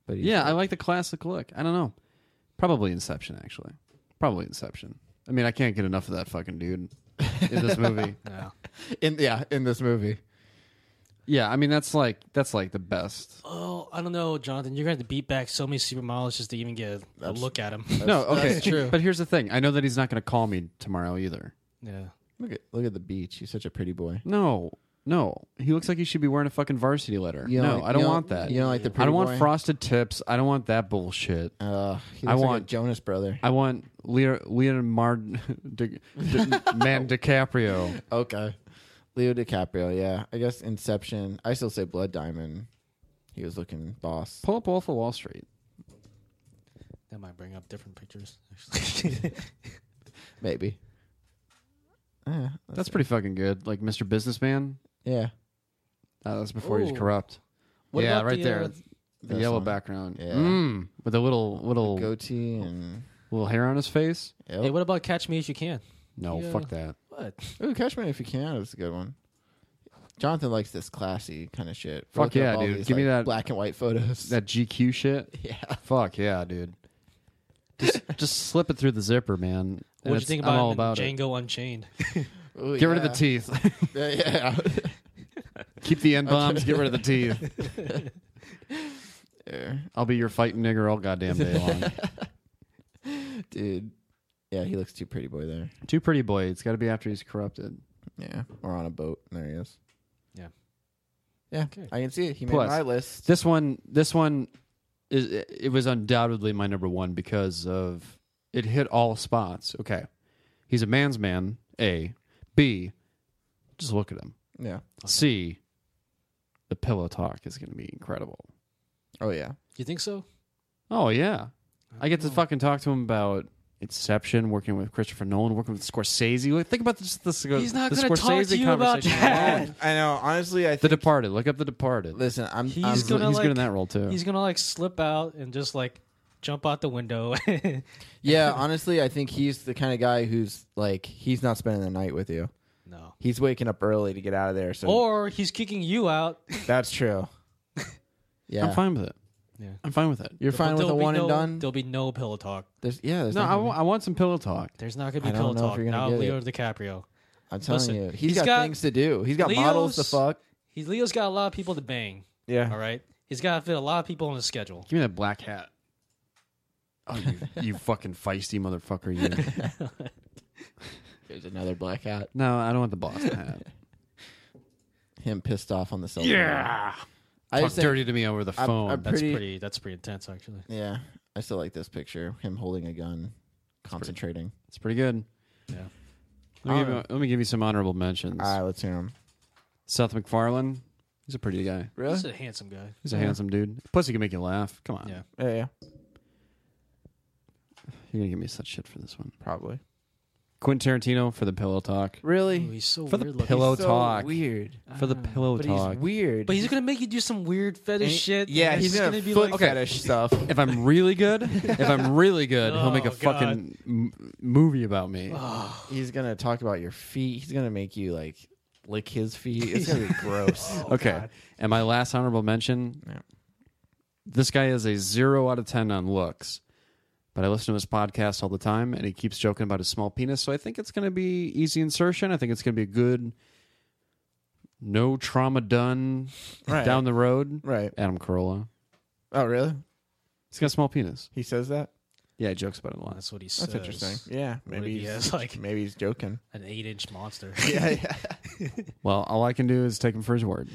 [SPEAKER 5] But he's,
[SPEAKER 3] Yeah, I like the classic look. I don't know. Probably Inception, actually. Probably Inception. I mean, I can't get enough of that fucking dude in this movie.
[SPEAKER 4] Yeah.
[SPEAKER 5] in yeah, in this movie.
[SPEAKER 3] Yeah, I mean that's like that's like the best.
[SPEAKER 4] Oh, I don't know, Jonathan. You're going to have to beat back so many supermodels just to even get a, a look at him.
[SPEAKER 3] no, okay,
[SPEAKER 5] that's true.
[SPEAKER 3] But here's the thing: I know that he's not going to call me tomorrow either.
[SPEAKER 4] Yeah.
[SPEAKER 5] Look at look at the beach. He's such a pretty boy.
[SPEAKER 3] No, no, he looks like he should be wearing a fucking varsity letter.
[SPEAKER 5] You
[SPEAKER 3] no,
[SPEAKER 5] like-
[SPEAKER 3] I don't
[SPEAKER 5] you
[SPEAKER 3] want that.
[SPEAKER 5] You don't like the pretty
[SPEAKER 3] I don't
[SPEAKER 5] boy?
[SPEAKER 3] want frosted tips. I don't want that bullshit.
[SPEAKER 5] Uh, he looks
[SPEAKER 3] I
[SPEAKER 5] like
[SPEAKER 3] want-
[SPEAKER 5] a Jonas brother.
[SPEAKER 3] I want Leo Leonardo Di, Di, Man DiCaprio.
[SPEAKER 5] okay. Leo DiCaprio, yeah. I guess Inception. I still say Blood Diamond. He was looking boss.
[SPEAKER 3] Pull up Wolf of Wall Street.
[SPEAKER 4] That might bring up different pictures. Actually.
[SPEAKER 5] Maybe. Yeah,
[SPEAKER 3] That's pretty fucking good. Like Mr. Businessman.
[SPEAKER 5] yeah.
[SPEAKER 3] Uh, that's before he's
[SPEAKER 4] Ooh.
[SPEAKER 3] corrupt.
[SPEAKER 4] What
[SPEAKER 3] yeah,
[SPEAKER 4] about
[SPEAKER 3] right
[SPEAKER 4] the,
[SPEAKER 3] there.
[SPEAKER 4] uh,
[SPEAKER 3] the
[SPEAKER 5] This
[SPEAKER 3] yellow
[SPEAKER 5] one.
[SPEAKER 3] background.
[SPEAKER 5] Yeah.
[SPEAKER 3] Mm, with a little little
[SPEAKER 5] Goatee and
[SPEAKER 3] little hair on his face.
[SPEAKER 5] yep.
[SPEAKER 4] hey, what about Catch Me If You Can?
[SPEAKER 3] No,
[SPEAKER 4] Yeah.
[SPEAKER 3] fuck that.
[SPEAKER 4] What?
[SPEAKER 5] Ooh, Catch Me If You Can is a good one. Jonathan likes this classy kind of shit.
[SPEAKER 3] Fuck
[SPEAKER 5] looking
[SPEAKER 3] yeah,
[SPEAKER 5] up all
[SPEAKER 3] dude. Give me that-
[SPEAKER 5] black and white photos.
[SPEAKER 3] That GQ shit.
[SPEAKER 5] yeah,
[SPEAKER 3] Fuck yeah, dude. Just just slip it through the zipper, man. And
[SPEAKER 4] What do you
[SPEAKER 3] it's-
[SPEAKER 4] think
[SPEAKER 3] I'm
[SPEAKER 4] about,
[SPEAKER 3] all
[SPEAKER 4] him in
[SPEAKER 3] about it.
[SPEAKER 4] Django Unchained?
[SPEAKER 5] Ooh,
[SPEAKER 3] Get rid of the
[SPEAKER 5] yeah.
[SPEAKER 3] teeth.
[SPEAKER 5] yeah, yeah.
[SPEAKER 3] Keep the end bombs. Get rid of the teeth.
[SPEAKER 5] Yeah.
[SPEAKER 3] I'll be your fighting nigger all goddamn day long.
[SPEAKER 5] dude. Yeah, he looks too pretty boy there.
[SPEAKER 3] Too pretty boy. It's got to be after he's corrupted.
[SPEAKER 5] Yeah, or on a boat. There he is.
[SPEAKER 4] Yeah.
[SPEAKER 5] yeah.
[SPEAKER 4] Okay.
[SPEAKER 5] I can see it. He made
[SPEAKER 3] Plus-
[SPEAKER 5] my list.
[SPEAKER 3] This one, this one, is it was undoubtedly my number one because of it hit all spots. Okay, he's a man's man. A, B, just look at him.
[SPEAKER 5] Yeah.
[SPEAKER 3] C, the pillow talk is going to be incredible.
[SPEAKER 5] Oh yeah.
[SPEAKER 4] You think so? Hmm.
[SPEAKER 3] Oh yeah, I
[SPEAKER 4] Oh.
[SPEAKER 3] get to fucking talk to him about Inception, working with Christopher Nolan, working with Scorsese. Like, think about this. this
[SPEAKER 4] He's not
[SPEAKER 3] the
[SPEAKER 4] gonna talk
[SPEAKER 3] Scorsese
[SPEAKER 4] to you about
[SPEAKER 3] conversation.
[SPEAKER 4] that.
[SPEAKER 5] I know. Honestly, I
[SPEAKER 3] The
[SPEAKER 5] think.
[SPEAKER 3] Departed. Look up The Departed.
[SPEAKER 5] listen, I'm.
[SPEAKER 4] He's
[SPEAKER 5] I'm-
[SPEAKER 4] gonna
[SPEAKER 3] he's
[SPEAKER 4] like,
[SPEAKER 3] good in that role too.
[SPEAKER 4] He's gonna like slip out and just like jump out the window.
[SPEAKER 5] yeah, honestly, I think he's the kind of guy who's like he's not spending the night with you.
[SPEAKER 4] no.
[SPEAKER 5] He's waking up early to get out of there. So
[SPEAKER 4] Or he's kicking you out.
[SPEAKER 5] that's true. Yeah,
[SPEAKER 3] I'm fine with it.
[SPEAKER 4] Yeah.
[SPEAKER 3] I'm fine with it.
[SPEAKER 5] you're
[SPEAKER 4] But
[SPEAKER 5] fine with
[SPEAKER 4] there'll
[SPEAKER 5] a
[SPEAKER 4] be
[SPEAKER 5] one
[SPEAKER 4] no-
[SPEAKER 5] and done.
[SPEAKER 4] There'll be no pillow talk.
[SPEAKER 5] There's, yeah, there's
[SPEAKER 3] No, I,
[SPEAKER 5] nothing-
[SPEAKER 3] w- I want some pillow talk.
[SPEAKER 4] There's not gonna
[SPEAKER 5] I
[SPEAKER 4] be
[SPEAKER 5] don't
[SPEAKER 4] pillow
[SPEAKER 5] know if
[SPEAKER 4] talk.
[SPEAKER 5] you're gonna
[SPEAKER 4] Now
[SPEAKER 5] get
[SPEAKER 4] Leo
[SPEAKER 5] it.
[SPEAKER 4] DiCaprio.
[SPEAKER 5] I'm telling
[SPEAKER 4] listen,
[SPEAKER 5] you,
[SPEAKER 4] he's
[SPEAKER 5] he's got,
[SPEAKER 4] got-
[SPEAKER 5] things to do. He's got models to
[SPEAKER 4] Leo's-
[SPEAKER 5] fuck.
[SPEAKER 4] He's Leo's got a lot of people to bang.
[SPEAKER 5] Yeah,
[SPEAKER 4] All right. He's got to fit a lot of people on his schedule.
[SPEAKER 3] Give me that black hat. Oh, you, you fucking feisty motherfucker! You.
[SPEAKER 5] there's another black hat.
[SPEAKER 3] No, I don't want the Boston hat.
[SPEAKER 5] Him pissed off on the cell. Yeah, I
[SPEAKER 3] Talk
[SPEAKER 5] just think,
[SPEAKER 3] dirty to me over the
[SPEAKER 5] I'm-
[SPEAKER 3] phone.
[SPEAKER 5] I'm
[SPEAKER 4] That's
[SPEAKER 5] Pretty-
[SPEAKER 4] pretty. That's pretty intense, actually.
[SPEAKER 5] yeah. I still like this picture. Him holding a gun, concentrating.
[SPEAKER 3] It's pretty good.
[SPEAKER 4] Yeah.
[SPEAKER 3] Let me, give
[SPEAKER 5] Honor-
[SPEAKER 3] you, let me give you some honorable mentions.
[SPEAKER 5] All right, let's hear him.
[SPEAKER 3] Seth MacFarlane. He's a pretty guy.
[SPEAKER 5] Really?
[SPEAKER 4] He's a handsome guy.
[SPEAKER 3] He's a handsome dude. Plus, he can make you laugh. Come on.
[SPEAKER 4] Yeah.
[SPEAKER 5] Yeah, yeah,
[SPEAKER 3] You're gonna give me such shit for this one.
[SPEAKER 5] probably.
[SPEAKER 3] Quentin Tarantino for the pillow talk.
[SPEAKER 5] Really?
[SPEAKER 4] Ooh, he's so
[SPEAKER 3] For the
[SPEAKER 4] weird looking.
[SPEAKER 3] pillow-
[SPEAKER 5] so
[SPEAKER 3] talk.
[SPEAKER 5] Weird.
[SPEAKER 3] For the pillow
[SPEAKER 5] But
[SPEAKER 3] talk.
[SPEAKER 5] he's weird.
[SPEAKER 4] But he's gonna make you do some weird fetish
[SPEAKER 5] And-
[SPEAKER 4] shit.
[SPEAKER 5] Yeah,
[SPEAKER 4] and
[SPEAKER 5] he's,
[SPEAKER 4] it's
[SPEAKER 5] gonna,
[SPEAKER 4] be
[SPEAKER 5] foot
[SPEAKER 4] like
[SPEAKER 5] fetish stuff.
[SPEAKER 3] If I'm really good, if I'm really good, he'll make a
[SPEAKER 4] Oh, God.
[SPEAKER 3] fucking m- movie about me.
[SPEAKER 5] he's gonna talk about your feet. He's gonna make you like lick his feet. It's gonna be gross.
[SPEAKER 3] okay. And my last honorable mention
[SPEAKER 5] Yeah.
[SPEAKER 3] this guy is a zero out of 10 on looks, but I listen to his podcast all the time and he keeps joking about his small penis. So I think it's going to be easy insertion. I think it's going to be a good, no trauma done
[SPEAKER 5] Right.
[SPEAKER 3] down the road.
[SPEAKER 5] Right.
[SPEAKER 3] Adam Carolla.
[SPEAKER 5] Oh, really?
[SPEAKER 3] He's got a small penis.
[SPEAKER 5] He says that?
[SPEAKER 3] Yeah, he jokes about it a lot.
[SPEAKER 4] That's what he says.
[SPEAKER 5] That's interesting. Yeah.
[SPEAKER 4] What
[SPEAKER 5] Maybe
[SPEAKER 4] if he
[SPEAKER 5] he's,
[SPEAKER 4] has like
[SPEAKER 5] maybe he's joking.
[SPEAKER 4] an eight-inch monster.
[SPEAKER 5] yeah, yeah.
[SPEAKER 3] Well, all I can do is take him for his word.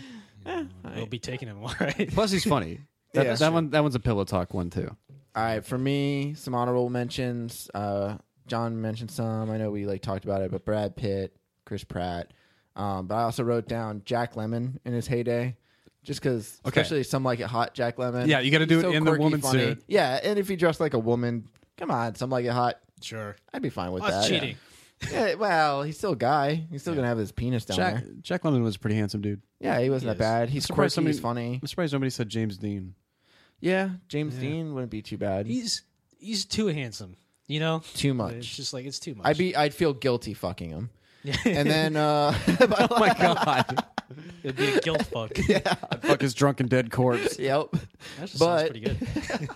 [SPEAKER 4] We'll be taking him. All right.
[SPEAKER 3] Plus, he's funny. That,
[SPEAKER 5] Yeah.
[SPEAKER 3] that one, that one's a pillow talk one too.
[SPEAKER 5] All right, for me, some honorable mentions. Uh, John mentioned some. I know we like talked about it, but Brad Pitt, Chris Pratt. Um, but I also wrote down Jack Lemon in his heyday, just because,
[SPEAKER 3] Okay.
[SPEAKER 5] especially some like it hot Jack Lemon.
[SPEAKER 3] Yeah, you gotta do
[SPEAKER 5] He's
[SPEAKER 3] it in the
[SPEAKER 5] quirky,
[SPEAKER 3] woman
[SPEAKER 5] funny.
[SPEAKER 3] suit.
[SPEAKER 5] Yeah, and if he dressed like a woman, come on, some like it hot,
[SPEAKER 4] Sure.
[SPEAKER 5] I'd be fine with
[SPEAKER 4] That's
[SPEAKER 5] that.
[SPEAKER 4] cheating.
[SPEAKER 5] Yeah, well, he's still a guy. He's still gonna have his penis down
[SPEAKER 3] Jack
[SPEAKER 5] there.
[SPEAKER 3] Jack London was a pretty handsome dude.
[SPEAKER 5] Yeah, he wasn't that
[SPEAKER 4] He
[SPEAKER 5] bad. He's quirky.
[SPEAKER 3] surprised somebody-
[SPEAKER 5] he's funny.
[SPEAKER 3] I'm surprised nobody said James Dean.
[SPEAKER 5] Yeah, James Dean wouldn't be too bad.
[SPEAKER 4] He's he's too handsome. You know.
[SPEAKER 5] too
[SPEAKER 4] It's
[SPEAKER 5] much.
[SPEAKER 4] just like it's too much.
[SPEAKER 5] I'd be. I'd feel guilty fucking him. and then, uh,
[SPEAKER 3] Oh my god!
[SPEAKER 4] It'd be a guilt fuck.
[SPEAKER 3] I'd fuck his drunken dead corpse.
[SPEAKER 5] yep.
[SPEAKER 4] That just
[SPEAKER 5] But-
[SPEAKER 4] sounds pretty good.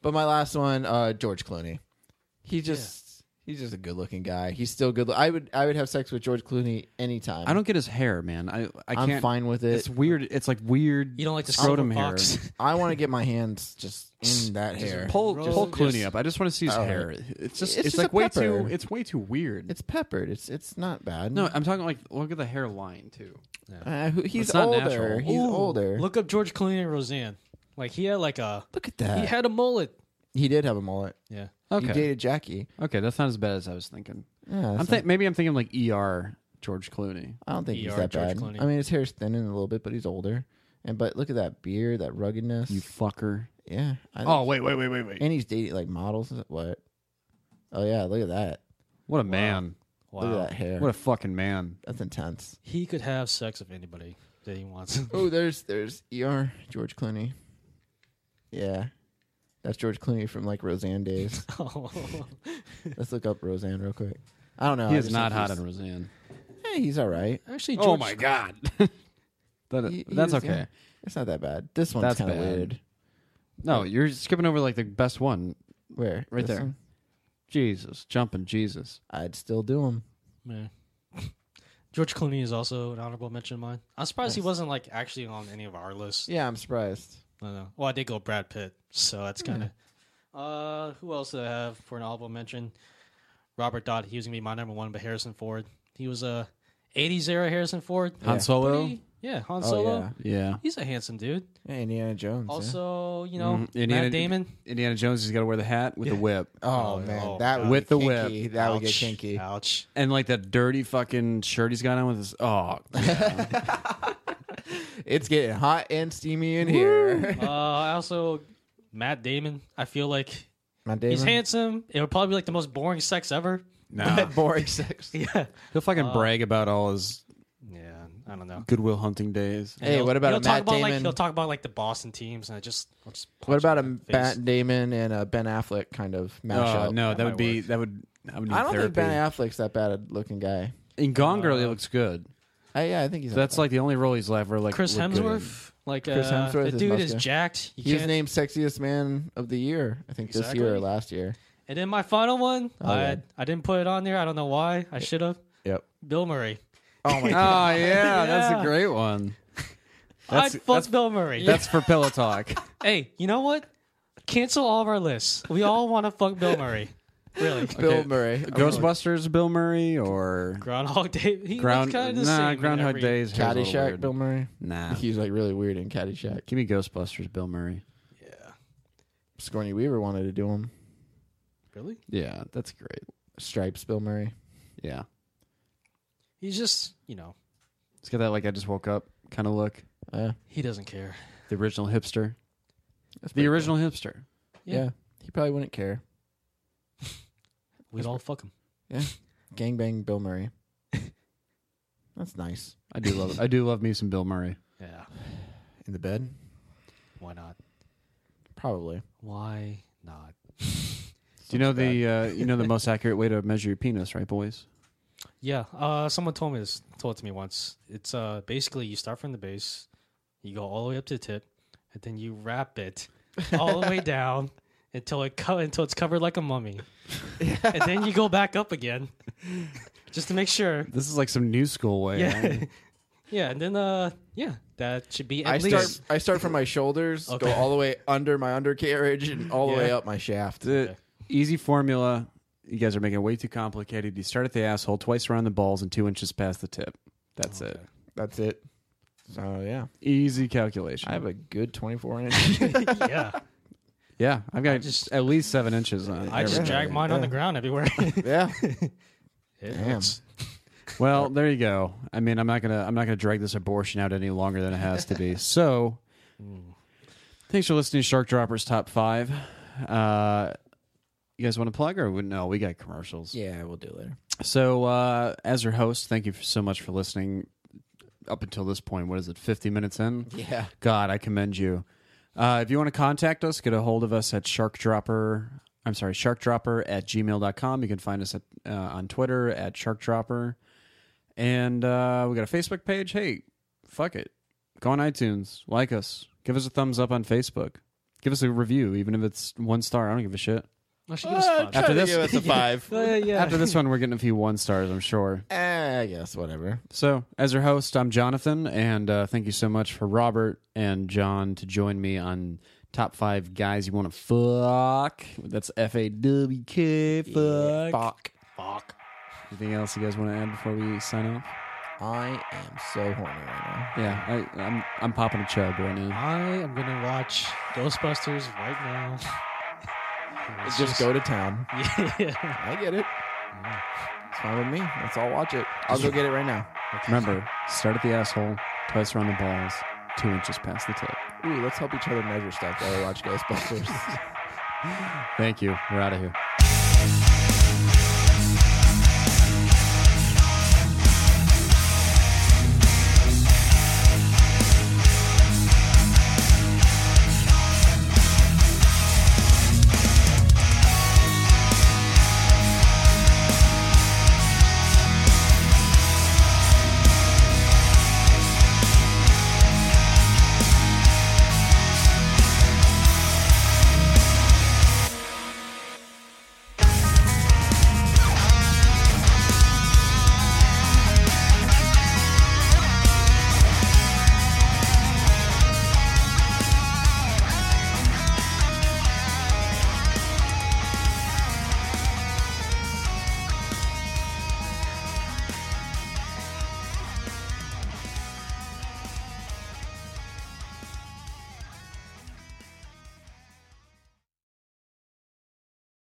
[SPEAKER 5] But my last one, uh, George Clooney. He just he's just a good looking guy. He's still good. I would I would have sex with George Clooney anytime.
[SPEAKER 3] I don't get his hair, man. I I
[SPEAKER 5] I'm
[SPEAKER 3] can't.
[SPEAKER 5] fine with it.
[SPEAKER 3] It's weird. It's like weird.
[SPEAKER 4] You don't like the
[SPEAKER 3] scrotum
[SPEAKER 4] silver
[SPEAKER 3] hair.
[SPEAKER 4] fox?
[SPEAKER 5] I want to get my hands just in that hair.
[SPEAKER 3] Pull
[SPEAKER 4] Roll
[SPEAKER 3] pull
[SPEAKER 4] just-
[SPEAKER 3] Clooney up. I just want to see his
[SPEAKER 5] Oh.
[SPEAKER 3] hair. It's just it's,
[SPEAKER 5] It's just
[SPEAKER 3] like
[SPEAKER 5] a
[SPEAKER 3] way
[SPEAKER 5] pepper.
[SPEAKER 3] too. It's way too weird.
[SPEAKER 5] It's peppered. It's it's not bad.
[SPEAKER 3] no, I'm talking like look at the hairline too.
[SPEAKER 5] uh, who- he's
[SPEAKER 3] It's not
[SPEAKER 5] older.
[SPEAKER 3] natural.
[SPEAKER 5] He's
[SPEAKER 4] Ooh,
[SPEAKER 5] older. Look,
[SPEAKER 4] Look up George Clooney and Roseanne. Like he had like a
[SPEAKER 5] at that.
[SPEAKER 4] he
[SPEAKER 5] He,
[SPEAKER 4] had a mullet.
[SPEAKER 5] did have a mullet.
[SPEAKER 4] Yeah.
[SPEAKER 5] He
[SPEAKER 3] Okay,
[SPEAKER 5] dated Jackie.
[SPEAKER 3] okay, that's not as bad as I was thinking.
[SPEAKER 5] Yeah,
[SPEAKER 3] I'm
[SPEAKER 5] that's
[SPEAKER 3] think maybe I'm thinking like ER George Clooney.
[SPEAKER 5] I don't think he's
[SPEAKER 4] ER
[SPEAKER 5] that
[SPEAKER 4] George
[SPEAKER 5] bad.
[SPEAKER 4] Clooney.
[SPEAKER 5] I mean, his hair's thinning a little bit, but he's older. And but look at that beard, that ruggedness.
[SPEAKER 3] You fucker.
[SPEAKER 5] yeah. I,
[SPEAKER 3] Oh wait wait wait wait wait.
[SPEAKER 5] and he's dating like models. and- What? Oh yeah, look at that.
[SPEAKER 3] What a man.
[SPEAKER 5] Look
[SPEAKER 4] Wow.
[SPEAKER 5] at that hair.
[SPEAKER 3] What a fucking man.
[SPEAKER 5] That's intense.
[SPEAKER 4] He could have sex with anybody that he wants.
[SPEAKER 5] Oh, there's there's ER George Clooney. Yeah, that's George Clooney from like Roseanne days.
[SPEAKER 4] oh.
[SPEAKER 5] Let's look up Roseanne real quick. I don't know.
[SPEAKER 3] he
[SPEAKER 5] I
[SPEAKER 3] is
[SPEAKER 5] just
[SPEAKER 3] not
[SPEAKER 5] think
[SPEAKER 3] hot in Roseanne.
[SPEAKER 5] He's, hey, he's all right.
[SPEAKER 4] Actually, George,
[SPEAKER 3] Oh my god. that,
[SPEAKER 5] He- he
[SPEAKER 3] that's
[SPEAKER 5] is,
[SPEAKER 3] okay.
[SPEAKER 5] yeah. It's not that bad. This one's
[SPEAKER 3] That's
[SPEAKER 5] kind of
[SPEAKER 3] bad.
[SPEAKER 5] weird.
[SPEAKER 3] No, you're skipping over like the best one.
[SPEAKER 5] Where?
[SPEAKER 3] Right
[SPEAKER 5] This
[SPEAKER 3] there.
[SPEAKER 5] one?
[SPEAKER 3] Jesus, jumping Jesus.
[SPEAKER 5] I'd still do him.
[SPEAKER 4] Man. George Clooney is also an honorable mention of mine. I'm surprised he wasn't like actually on any of our lists.
[SPEAKER 5] Yeah, I'm surprised.
[SPEAKER 4] I don't know. Well, I did go Brad Pitt, so that's
[SPEAKER 5] Hmm.
[SPEAKER 4] kind of. Uh, who else did I have for an honorable mention? Robert Dodd. He was gonna be my number one, but Harrison Ford. He was a '80s era Harrison Ford.
[SPEAKER 3] Han Solo.
[SPEAKER 4] Pretty- yeah, Han
[SPEAKER 5] Oh
[SPEAKER 4] Solo.
[SPEAKER 5] yeah.
[SPEAKER 3] Yeah.
[SPEAKER 4] He's a handsome dude.
[SPEAKER 5] Yeah, Indiana Jones. yeah.
[SPEAKER 4] Also, you
[SPEAKER 5] Mm-hmm.
[SPEAKER 4] know,
[SPEAKER 3] Mhm. Indiana-
[SPEAKER 4] Matt Damon.
[SPEAKER 3] Indiana Jones has got to wear the hat with the whip
[SPEAKER 5] Oh,
[SPEAKER 4] Oh,
[SPEAKER 5] man,
[SPEAKER 4] oh,
[SPEAKER 5] that
[SPEAKER 4] God.
[SPEAKER 5] would
[SPEAKER 3] With
[SPEAKER 5] get
[SPEAKER 3] the whip.
[SPEAKER 5] kinky. That would get
[SPEAKER 4] Ouch.
[SPEAKER 5] kinky.
[SPEAKER 4] Ouch.
[SPEAKER 3] and like that dirty fucking shirt he's got on with his. Oh,
[SPEAKER 5] It's getting hot and steamy in here.
[SPEAKER 4] uh, I also Matt Damon. I feel like
[SPEAKER 5] My Damon.
[SPEAKER 4] he's handsome. It would probably be like the most boring sex ever.
[SPEAKER 3] no.
[SPEAKER 5] boring sex.
[SPEAKER 4] Yeah.
[SPEAKER 3] He'll fucking
[SPEAKER 5] Uh,
[SPEAKER 3] brag about all his
[SPEAKER 4] Yeah. I don't know.
[SPEAKER 3] Goodwill Hunting days.
[SPEAKER 5] Hey,
[SPEAKER 4] He'll-
[SPEAKER 5] what about
[SPEAKER 4] he'll
[SPEAKER 5] a
[SPEAKER 4] talk
[SPEAKER 5] Matt
[SPEAKER 4] about like
[SPEAKER 5] Damon?
[SPEAKER 4] he'll talk about like the Boston teams and I just, I'll just
[SPEAKER 5] What
[SPEAKER 4] punch him
[SPEAKER 5] about a
[SPEAKER 4] in the face.
[SPEAKER 5] Matt Damon and a Ben Affleck kind of mashup?
[SPEAKER 3] Oh no, that
[SPEAKER 4] might
[SPEAKER 3] would be that would. I would need
[SPEAKER 5] I don't
[SPEAKER 3] therapy.
[SPEAKER 5] think Ben Affleck's that bad a looking guy.
[SPEAKER 3] In Gone Girl, he looks good.
[SPEAKER 5] I, yeah, I think he's.
[SPEAKER 3] That's like the only role he's left where like
[SPEAKER 4] Chris
[SPEAKER 3] look good.
[SPEAKER 4] Hemsworth. Like
[SPEAKER 5] Chris
[SPEAKER 4] uh,
[SPEAKER 5] Hemsworth is
[SPEAKER 4] the dude
[SPEAKER 5] muscular.
[SPEAKER 4] is jacked. You
[SPEAKER 5] he was
[SPEAKER 4] can't-
[SPEAKER 5] named sexiest man of the year. I think this year or
[SPEAKER 4] Exactly.
[SPEAKER 5] last year.
[SPEAKER 4] And then my final one,
[SPEAKER 3] Oh,
[SPEAKER 4] I
[SPEAKER 5] yeah.
[SPEAKER 4] I didn't put it on there. I don't know why. I should have.
[SPEAKER 5] Yep.
[SPEAKER 4] Bill Murray.
[SPEAKER 5] Oh my god.
[SPEAKER 3] Oh yeah, that's a
[SPEAKER 4] Yeah.
[SPEAKER 3] great one. That's-
[SPEAKER 4] I'd fuck
[SPEAKER 3] that's-
[SPEAKER 4] Bill Murray.
[SPEAKER 3] That's for pillow talk.
[SPEAKER 5] Oh
[SPEAKER 4] Hey, you know what? Cancel all of our lists. We all want to fuck Bill Murray. Really.
[SPEAKER 5] Bill Murray.
[SPEAKER 3] Ghostbusters, Bill Murray, or
[SPEAKER 4] Groundhog Day. He
[SPEAKER 3] Ground
[SPEAKER 4] kind of the same
[SPEAKER 3] Nah,
[SPEAKER 4] in
[SPEAKER 3] Groundhog
[SPEAKER 4] every-
[SPEAKER 3] Days. hair's a little
[SPEAKER 5] Caddyshack.
[SPEAKER 3] weird.
[SPEAKER 5] Bill Murray.
[SPEAKER 3] Nah,
[SPEAKER 5] He's like really weird in Caddyshack.
[SPEAKER 3] give me Ghostbusters, Bill Murray.
[SPEAKER 5] Scorny Weaver wanted to do him.
[SPEAKER 4] Really?
[SPEAKER 3] Yeah, that's great.
[SPEAKER 5] Stripes. Bill Murray.
[SPEAKER 3] Yeah,
[SPEAKER 4] He's just, you know,
[SPEAKER 3] it's got that like I just woke up kind of look.
[SPEAKER 5] Uh,
[SPEAKER 4] he doesn't care.
[SPEAKER 3] The original hipster.
[SPEAKER 5] that's pretty
[SPEAKER 3] The
[SPEAKER 5] cool.
[SPEAKER 3] original hipster.
[SPEAKER 5] Yeah. He probably wouldn't care.
[SPEAKER 4] We'd all fuck him.
[SPEAKER 5] Yeah. Gangbang Bill Murray. That's nice.
[SPEAKER 3] I do love. I do love me some Bill Murray.
[SPEAKER 4] Yeah.
[SPEAKER 5] In the bed?
[SPEAKER 4] Why not?
[SPEAKER 5] Probably.
[SPEAKER 4] Why not?
[SPEAKER 3] Do you know the uh, you know the most accurate way to measure your penis, right, boys?
[SPEAKER 4] Yeah. Uh, someone told me this. Told it to me once. It's uh basically you start from the base, you go all the way up to the tip, and then you wrap it all the way down until it co- until it's covered like a mummy, and then you go back up again, just to make sure.
[SPEAKER 3] This is like some new school way.
[SPEAKER 4] Yeah.
[SPEAKER 3] right?
[SPEAKER 4] yeah. And then uh yeah, that should be at
[SPEAKER 5] I
[SPEAKER 4] least.
[SPEAKER 5] start I start from my shoulders,
[SPEAKER 4] Okay.
[SPEAKER 5] go all the way under my undercarriage and all the
[SPEAKER 4] Yeah.
[SPEAKER 5] way up my shaft.
[SPEAKER 3] The easy formula. You guys are making it way too complicated. You start at the asshole, twice around the balls, and two inches past the tip.
[SPEAKER 5] Oh,
[SPEAKER 3] That's it.
[SPEAKER 5] That's it. So yeah.
[SPEAKER 3] Easy calculation.
[SPEAKER 5] I have a good twenty four inch.
[SPEAKER 4] yeah.
[SPEAKER 3] yeah, I've got
[SPEAKER 4] just-
[SPEAKER 3] at least seven inches on.
[SPEAKER 4] I just
[SPEAKER 3] everything.
[SPEAKER 4] drag mine on the ground everywhere. It
[SPEAKER 5] yeah.
[SPEAKER 4] hurts.
[SPEAKER 3] Well, there you go. I mean, I'm not gonna I'm not gonna drag this abortion out any longer than it has to be. So,
[SPEAKER 4] Hmm.
[SPEAKER 3] thanks for listening to Shark Droppers Top Five. Uh, you guys want to plug or we- no? We got commercials.
[SPEAKER 5] Yeah, we'll do it later.
[SPEAKER 3] So, uh, as your host, thank you so much for listening. Up until this point, what is it? 50 minutes in.
[SPEAKER 5] Yeah.
[SPEAKER 3] God, I commend you. Uh, if you want to contact us, get a hold of us at sharkdropper. I'm sorry, sharkdropper at gmail.com. You can find us at, uh, on Twitter at sharkdropper. And uh, we got a Facebook page. Hey, fuck it. Go on iTunes, like us, give us a thumbs up on Facebook, give us a review, even if it's one star. I don't give a shit.
[SPEAKER 4] I should give us five.
[SPEAKER 3] After this,
[SPEAKER 5] Give us a five.
[SPEAKER 4] Uh, yeah.
[SPEAKER 3] after this one, we're getting a few one stars, I'm sure.
[SPEAKER 5] Eh, I guess whatever.
[SPEAKER 3] So, as your host, I'm Jonathan, and uh, thank you so much for Robert and John to join me on top five guys you want to fuck. That's F A W K. Fuck.
[SPEAKER 5] Fuck.
[SPEAKER 3] Anything else you guys want to add before we sign off?
[SPEAKER 5] I am so horny right
[SPEAKER 3] Yeah, I, I'm I'm popping a chub right now.
[SPEAKER 4] I am gonna watch Ghostbusters right now.
[SPEAKER 5] now. Just go to town.
[SPEAKER 4] yeah.
[SPEAKER 5] I get it. It's fine with me. Let's all watch it. I'll go get it right now.
[SPEAKER 3] Remember, start at the asshole, twice around the balls, two inches past the tip.
[SPEAKER 5] Ooh, let's help each other measure stuff while we watch Ghostbusters.
[SPEAKER 3] Thank you. We're out of here.